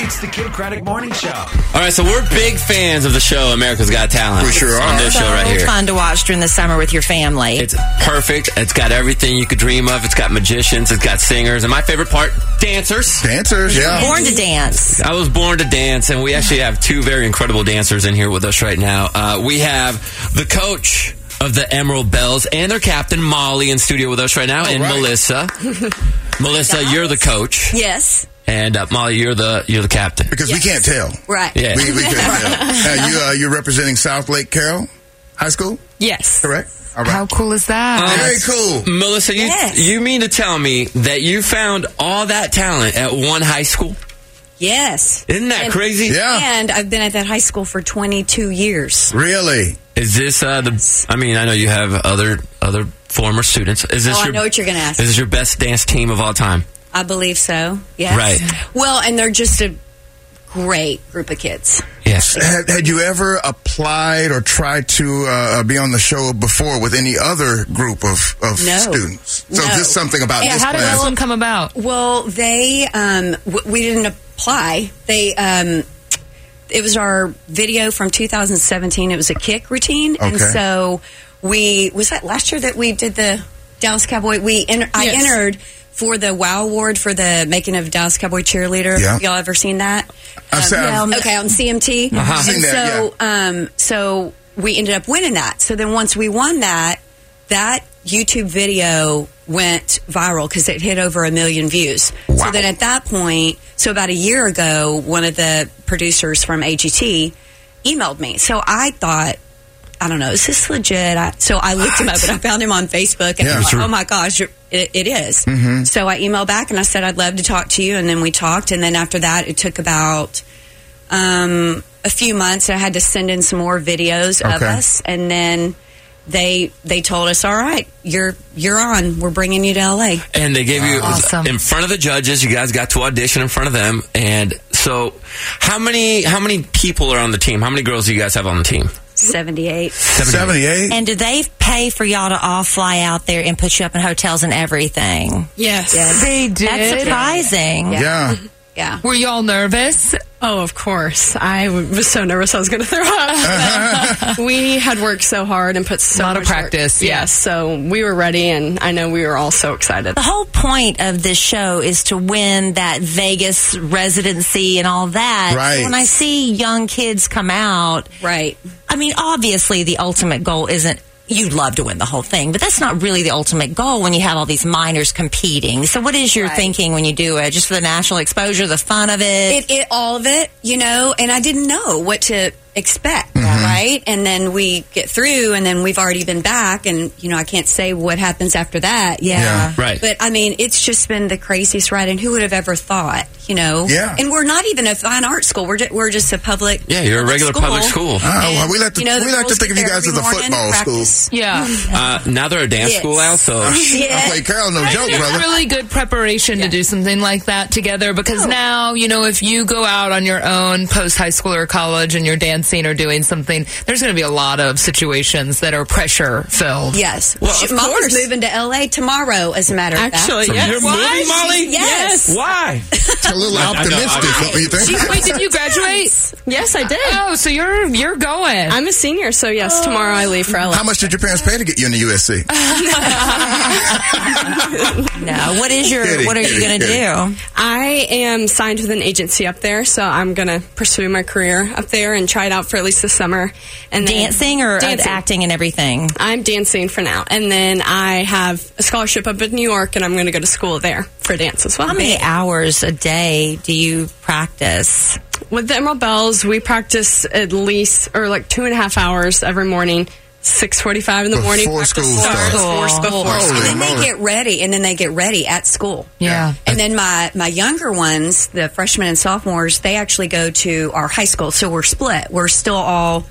Speaker 14: It's the Kid Craddock Morning Show.
Speaker 3: All right, so we're big fans of the show America's Got Talent.
Speaker 4: We sure
Speaker 3: On
Speaker 4: are.
Speaker 3: this
Speaker 5: so
Speaker 3: show right here.
Speaker 5: fun to watch during the summer with your family.
Speaker 3: It's perfect. It's got everything you could dream of. It's got magicians. It's got singers. And my favorite part, dancers.
Speaker 4: Dancers, yeah.
Speaker 5: Born to dance.
Speaker 3: I was born to dance, and we actually have two very incredible dancers in here with us right now. Uh, we have the coach of the Emerald Bells and their captain, Molly, in studio with us right now, and Melissa. Melissa, you're the coach,
Speaker 13: Yes.
Speaker 3: and uh, Molly, you're the you're the captain.
Speaker 4: Because we can't tell.
Speaker 13: Right.
Speaker 3: Yeah.
Speaker 4: We, we can't tell. Now, you, uh, you're representing South Lake Carroll High School,
Speaker 6: yes.
Speaker 4: correct? All right.
Speaker 6: How cool is that?
Speaker 4: Very cool.
Speaker 3: Um, Melissa, you
Speaker 5: Yes.
Speaker 3: you mean to tell me that you found all that talent at one high school?
Speaker 13: Yes.
Speaker 3: Isn't that
Speaker 13: And-
Speaker 3: crazy?
Speaker 4: Yeah.
Speaker 13: And I've been at that high school for 22 years.
Speaker 4: Really?
Speaker 3: Is this uh, the? I mean, I know you have other other former students. Is this
Speaker 13: Oh, I
Speaker 3: your?
Speaker 13: know what you're gonna ask.
Speaker 3: Is this your best dance team of all time?
Speaker 13: I believe so. Yes.
Speaker 3: Right.
Speaker 13: Well, and they're just a great group of kids.
Speaker 3: Yes.
Speaker 4: Had, had you ever applied or tried to uh, be on the show before with any other group of, of
Speaker 13: No.
Speaker 4: students? So
Speaker 13: No.
Speaker 4: just something about
Speaker 13: Yeah,
Speaker 4: this
Speaker 6: How did
Speaker 4: class.
Speaker 6: this one come about?
Speaker 13: Well, they um, w- we didn't apply. They um, it was our video from 2017. It was a kick routine, and
Speaker 4: Okay.
Speaker 13: so we was that last year that we did the Dallas Cowboy. We enter I
Speaker 6: Yes.
Speaker 13: entered for the Wow Award for the making of Dallas Cowboy cheerleader.
Speaker 4: Yeah.
Speaker 13: Y'all ever seen that?
Speaker 4: I've seen- I've-
Speaker 13: okay, on CMT.
Speaker 4: Seen
Speaker 13: And
Speaker 4: that,
Speaker 13: so, um, so we ended up winning that. So then once we won that, that YouTube video went viral because it hit over a million views. So then at that point, so about a year ago, one of the producers from AGT emailed me. So I thought, I don't know, is this legit? I, so I looked him up and I found him on Facebook and
Speaker 4: Yeah,
Speaker 13: I'm like,
Speaker 4: sure. Mm-hmm.
Speaker 13: oh my gosh, you're- it, it is. So I emailed back and I said, I'd love to talk to you. And then we talked. And then after that, it took about um, a few months. I had to send in some more videos of
Speaker 4: Okay.
Speaker 13: us. And then they they told us, all right, you're you're on. We're bringing you to LA.
Speaker 3: And they gave you
Speaker 6: Awesome.
Speaker 3: in front of the judges. You guys got to audition in front of them. And so, how many how many people are on the team? How many girls do you guys have on the team?
Speaker 13: 78.
Speaker 4: 78?
Speaker 5: And do they pay for y'all to all fly out there and put you up in hotels and everything?
Speaker 15: Yes.
Speaker 6: They did.
Speaker 5: That's surprising.
Speaker 4: Yeah.
Speaker 13: Yeah.
Speaker 6: Were you all nervous?
Speaker 15: Oh, of course. I was so nervous I was going to throw up. we had worked so hard and put so
Speaker 6: A lot of
Speaker 15: much work-
Speaker 6: practice, yeah.
Speaker 15: Yes. So we were ready, and I know we were all so excited.
Speaker 5: The whole point of this show is to win that Vegas residency and all that.
Speaker 4: Right.
Speaker 5: When I see young kids come out,
Speaker 13: Right.
Speaker 5: I mean, obviously, the ultimate goal isn't you'd love to win the whole thing, but that's not really the ultimate goal when you have all these minors competing. So, what is your thinking when you do it? Just for the national exposure, the fun of it?
Speaker 13: it, it all of it, you know, and I didn't know what to expect,
Speaker 3: Mm-hmm.
Speaker 13: right? And then we get through, and then we've already been back, and you know, I can't say what happens after that. Yeah,
Speaker 4: Yeah.
Speaker 3: Right.
Speaker 13: But I mean, it's just been the craziest ride, and who would have ever thought, you know?
Speaker 4: Yeah.
Speaker 13: And we're not even a fine art school; we're just, we're just a public. Oh,
Speaker 3: Yeah, you're a regular public school.
Speaker 4: Ah, well, we like to,
Speaker 13: You know, the
Speaker 4: we like to
Speaker 13: girls
Speaker 4: think of
Speaker 13: get
Speaker 4: you
Speaker 13: there
Speaker 4: guys as
Speaker 13: every
Speaker 4: a
Speaker 13: morning,
Speaker 4: football
Speaker 13: practice.
Speaker 4: school.
Speaker 6: Yeah.
Speaker 3: Uh, now they're a dance school now, so
Speaker 4: I play Carroll, no joke,
Speaker 6: It's
Speaker 4: brother.
Speaker 6: really good preparation to do something like that together
Speaker 4: Oh.
Speaker 6: because now, you know, if you go out on your own post high school or college and you're dancing or doing something, there's going to be a lot of situations that are pressure filled.
Speaker 13: Yes,
Speaker 3: Well,
Speaker 13: She-
Speaker 3: of
Speaker 13: Mama's
Speaker 3: course.
Speaker 13: moving to L.A. tomorrow. As a matter of fact,
Speaker 15: Actually, yes.
Speaker 3: you're moving, Molly.
Speaker 13: Yes.
Speaker 3: Why?
Speaker 4: It's a little
Speaker 3: I- I know,
Speaker 4: optimistic,
Speaker 3: I-
Speaker 4: don't you think?
Speaker 6: Wait, did you graduate?
Speaker 15: Yes, I did.
Speaker 6: Oh, so you're you're going.
Speaker 15: I'm a senior, so yes, tomorrow I leave for LA.
Speaker 4: How much did your parents pay to get you into USC?
Speaker 5: No. What is your,
Speaker 4: Kidding,
Speaker 5: what are you
Speaker 4: kidding,
Speaker 5: going to do?
Speaker 4: kidding.
Speaker 15: I am signed with an agency up there, so I'm going to pursue my career up there and try it out for at least the summer. And then-
Speaker 5: Dancing or uh,
Speaker 15: Dancing.
Speaker 5: acting and everything?
Speaker 15: I'm dancing for now, and then I have a scholarship up in New York, and I'm going to go to school there for dance as well.
Speaker 5: How many hours a day do you practice?
Speaker 15: With the Emerald Bells, we practice at least or like two and a half hours every morning. 6.45 in the
Speaker 13: Before
Speaker 15: morning.
Speaker 13: school
Speaker 15: practice
Speaker 13: starts.
Speaker 15: Before,
Speaker 13: School.
Speaker 15: before
Speaker 13: and
Speaker 15: school.
Speaker 13: then they get ready, and then they get ready at school.
Speaker 6: Yeah.
Speaker 13: And then my my younger ones, the freshmen and sophomores, they actually go to our high school. So we're split. We're still all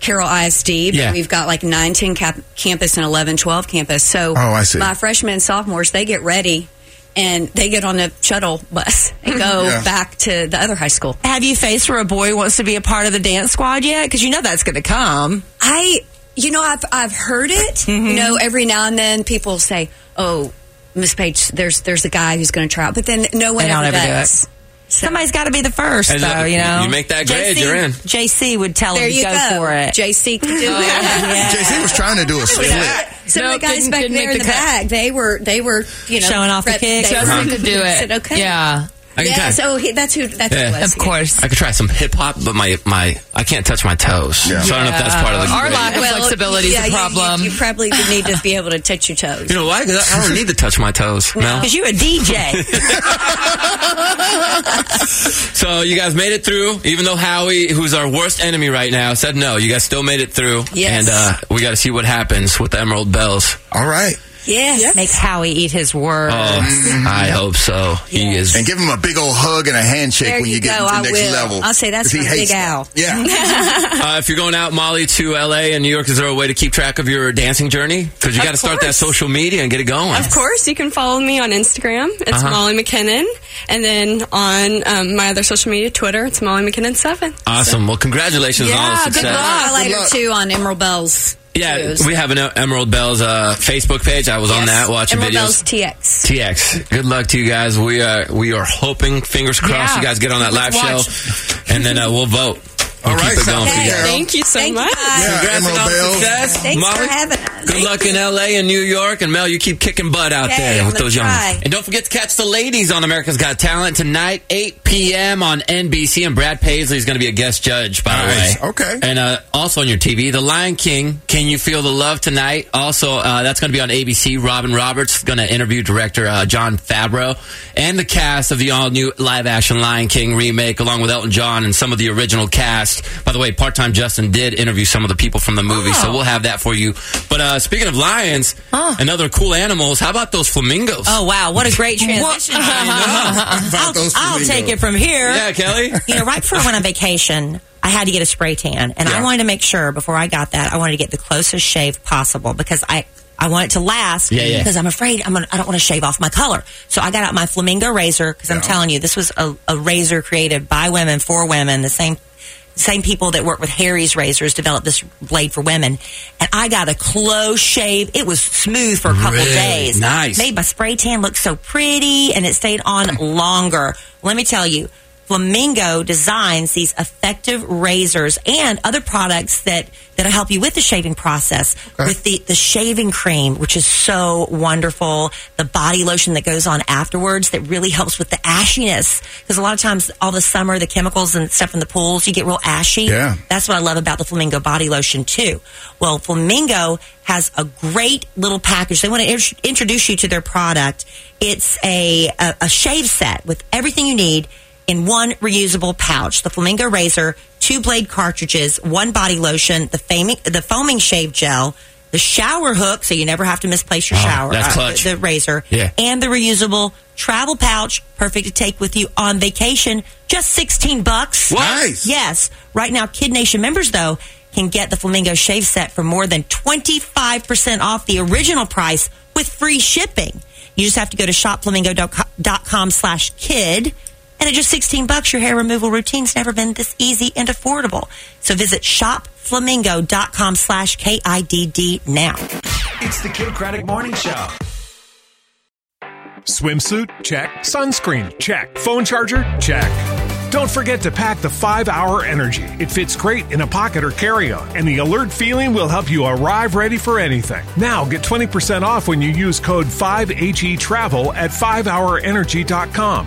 Speaker 13: Carroll ISD, but
Speaker 12: Yeah.
Speaker 13: we've got like 9, 10 cap- campus and 11, 12 campus. So
Speaker 12: Oh, I see.
Speaker 13: my freshmen and sophomores, they get ready and they get on a shuttle bus and go
Speaker 5: Yeah.
Speaker 13: back to the other high school.
Speaker 5: Have you faced where a boy wants to be a part of the dance squad yet? Because you know that's going to come. Mm-hmm.
Speaker 13: I, you know, I've I've heard it. You know, every now and then people say, "Oh, Miss Page, there's there's a guy who's going to try out," but then no one
Speaker 5: They don't
Speaker 13: ever
Speaker 5: ever do
Speaker 13: does.
Speaker 5: it. Somebody's got to be the first,
Speaker 3: Hey, look,
Speaker 5: though. You know,
Speaker 3: you make that grade,
Speaker 5: JC,
Speaker 3: you're in.
Speaker 5: JC would tell
Speaker 13: There
Speaker 5: him to
Speaker 13: you
Speaker 5: go,
Speaker 13: go.
Speaker 5: for it.
Speaker 13: JC can do it.
Speaker 4: JC was trying to do a split.
Speaker 13: Some of the guys
Speaker 6: didn't-
Speaker 13: back
Speaker 6: didn't
Speaker 13: there
Speaker 6: make
Speaker 13: in
Speaker 6: the
Speaker 13: the
Speaker 6: cut.
Speaker 13: back, they were they were you know
Speaker 6: Showing off the
Speaker 13: prep-
Speaker 6: kicks.
Speaker 13: they
Speaker 6: Justin
Speaker 13: were-
Speaker 6: could do it.
Speaker 13: Said, okay.
Speaker 6: Yeah.
Speaker 3: Uh-huh. I can
Speaker 13: Yeah.
Speaker 3: try.
Speaker 13: So he, that's who that's who it was.
Speaker 6: course.
Speaker 3: I could try some hip hop, but my my I can't touch my toes. So I don't know if that's part of the. grade.
Speaker 6: flexibility is a
Speaker 13: yeah, you- you-
Speaker 6: problem.
Speaker 13: You, probably would need to be able to touch your toes.
Speaker 3: You know why? 'Cause I I don't need to touch my toes, Mel.
Speaker 13: Because
Speaker 5: you're a DJ.
Speaker 3: So you guys made it through, even though Howie, who's our worst enemy right now, said no. You guys still made it through, and
Speaker 5: Yes.
Speaker 3: uh, we got to see what happens with the Emerald Bells.
Speaker 4: All right.
Speaker 13: Yes.
Speaker 5: Make Howie eat his
Speaker 3: Oh,
Speaker 5: words.
Speaker 3: I hope so. He is.
Speaker 4: And give him a big old hug and a handshake
Speaker 13: There
Speaker 4: when you,
Speaker 13: you
Speaker 4: get
Speaker 13: go,
Speaker 4: to the
Speaker 13: I
Speaker 4: next
Speaker 13: will.
Speaker 4: level.
Speaker 13: I'll say that's
Speaker 4: 'Cause he
Speaker 13: from
Speaker 4: hates
Speaker 13: Big
Speaker 4: that.
Speaker 13: Al.
Speaker 4: Yeah.
Speaker 3: Uh, if you're going out, Molly, to LA and New York, is there a way to keep track of your dancing journey? Because you
Speaker 15: Of
Speaker 3: got to start that
Speaker 15: course.
Speaker 3: social media and get it going.
Speaker 15: Of course, you can follow me on Instagram. It's
Speaker 3: Uh-huh.
Speaker 15: Molly McKinnon. And then on um, my other social media, Twitter, it's Molly McKinnon7.
Speaker 3: Awesome. Well, congratulations on all the success.
Speaker 13: I like her too on Emerald Bells.
Speaker 3: Yeah, we have an uh, Emerald Bells uh, Facebook page. I was on that watching
Speaker 13: Emerald
Speaker 3: videos.
Speaker 13: Bells TX.
Speaker 3: TX. Good luck to you guys. We are we are hoping, fingers crossed,
Speaker 13: Yeah.
Speaker 3: you guys get on that live
Speaker 13: Let's watch.
Speaker 3: show, and then uh, we'll vote. All right, keep it going for you guys.
Speaker 15: Thank you so much.
Speaker 3: Congrats on all the success.
Speaker 13: Thanks
Speaker 3: Molly,
Speaker 13: for having us.
Speaker 3: Good luck in LA and New York, and Mel, you keep kicking butt out
Speaker 13: Okay,
Speaker 3: there
Speaker 13: I'm
Speaker 3: with
Speaker 13: gonna
Speaker 3: those young
Speaker 13: try.
Speaker 3: ones. And don't forget to catch the ladies on America's Got Talent tonight, 8 p.m. on NBC, and Brad Paisley is going to be a guest judge, by
Speaker 4: Nice.
Speaker 3: the way. Okay. And uh, also on your TV, The Lion King, Can You Feel the Love Tonight? Also, uh, that's going to be on ABC. Robin Roberts is going to interview director uh, John Favreau and the cast of the all new live action Lion King remake, along with Elton John and some of the original cast. By the way, part time Justin did interview some of the people from the movie, so we'll have that for you. But uh, speaking of lions and other cool animals, how about those flamingos?
Speaker 5: Oh wow, what a great transition! I'll,
Speaker 3: those
Speaker 5: I'll
Speaker 3: flamingos.
Speaker 5: take it from here.
Speaker 3: Yeah, Kelly.
Speaker 5: you know, right before I went on vacation, I had to get a spray tan, and I wanted to make sure before I got that I wanted to get the closest shave possible because I. I want it to last
Speaker 12: Yeah, yeah.
Speaker 5: because I'm afraid I'm gonna, I don't want to shave off my color. So I got out my flamingo razor because I'm telling you this was a, a razor created by women for women. The same same people that work with Harry's razors developed this blade for women, and I got a close shave. It was smooth for a couple
Speaker 12: Really?
Speaker 5: days.
Speaker 12: Nice.
Speaker 5: made my spray tan look so pretty, and it stayed on longer. Let me tell you, Flamingo designs these effective razors and other products that that'll help you with the shaving process with the the shaving cream, which is so wonderful. The body lotion that goes on afterwards that really helps with the ashiness because a lot of times all the summer the chemicals and stuff in the pools you get real ashy.
Speaker 12: Yeah.
Speaker 5: That's what I love about the Flamingo body lotion too. Well, Flamingo has a great little package. They want to int- introduce you to their product. It's a, a a shave set with everything you need in one reusable pouch. The Flamingo razor, two blade cartridges, one body lotion, the foaming the foaming shave gel, the shower hook so you never have to misplace your shower. Uh,
Speaker 12: that's clutch.
Speaker 5: the, the razor
Speaker 12: Yeah.
Speaker 5: and the reusable travel pouch, perfect to take with you on vacation. Just 16 bucks. Nice. Yes. Right now, Kid Nation members, though, can get the Flamingo Shave Set for more than 25% off the original price with free shipping. You just have to go to shopflamingo.com slash kid. And at just 16 bucks, your hair removal routine's never been this easy and affordable. So visit shopflamingo.com slash K-I-D-D now.
Speaker 14: It's the Kid Craddock Morning Show.
Speaker 16: Swimsuit? Check. Sunscreen? Check. Phone charger? Check. Don't forget to pack the 5 Hour Energy. It fits great in a pocket or carry on, and the alert feeling will help you arrive ready for anything. Now get 20% off when you use code 5HE Travel at 5hourenergy.com.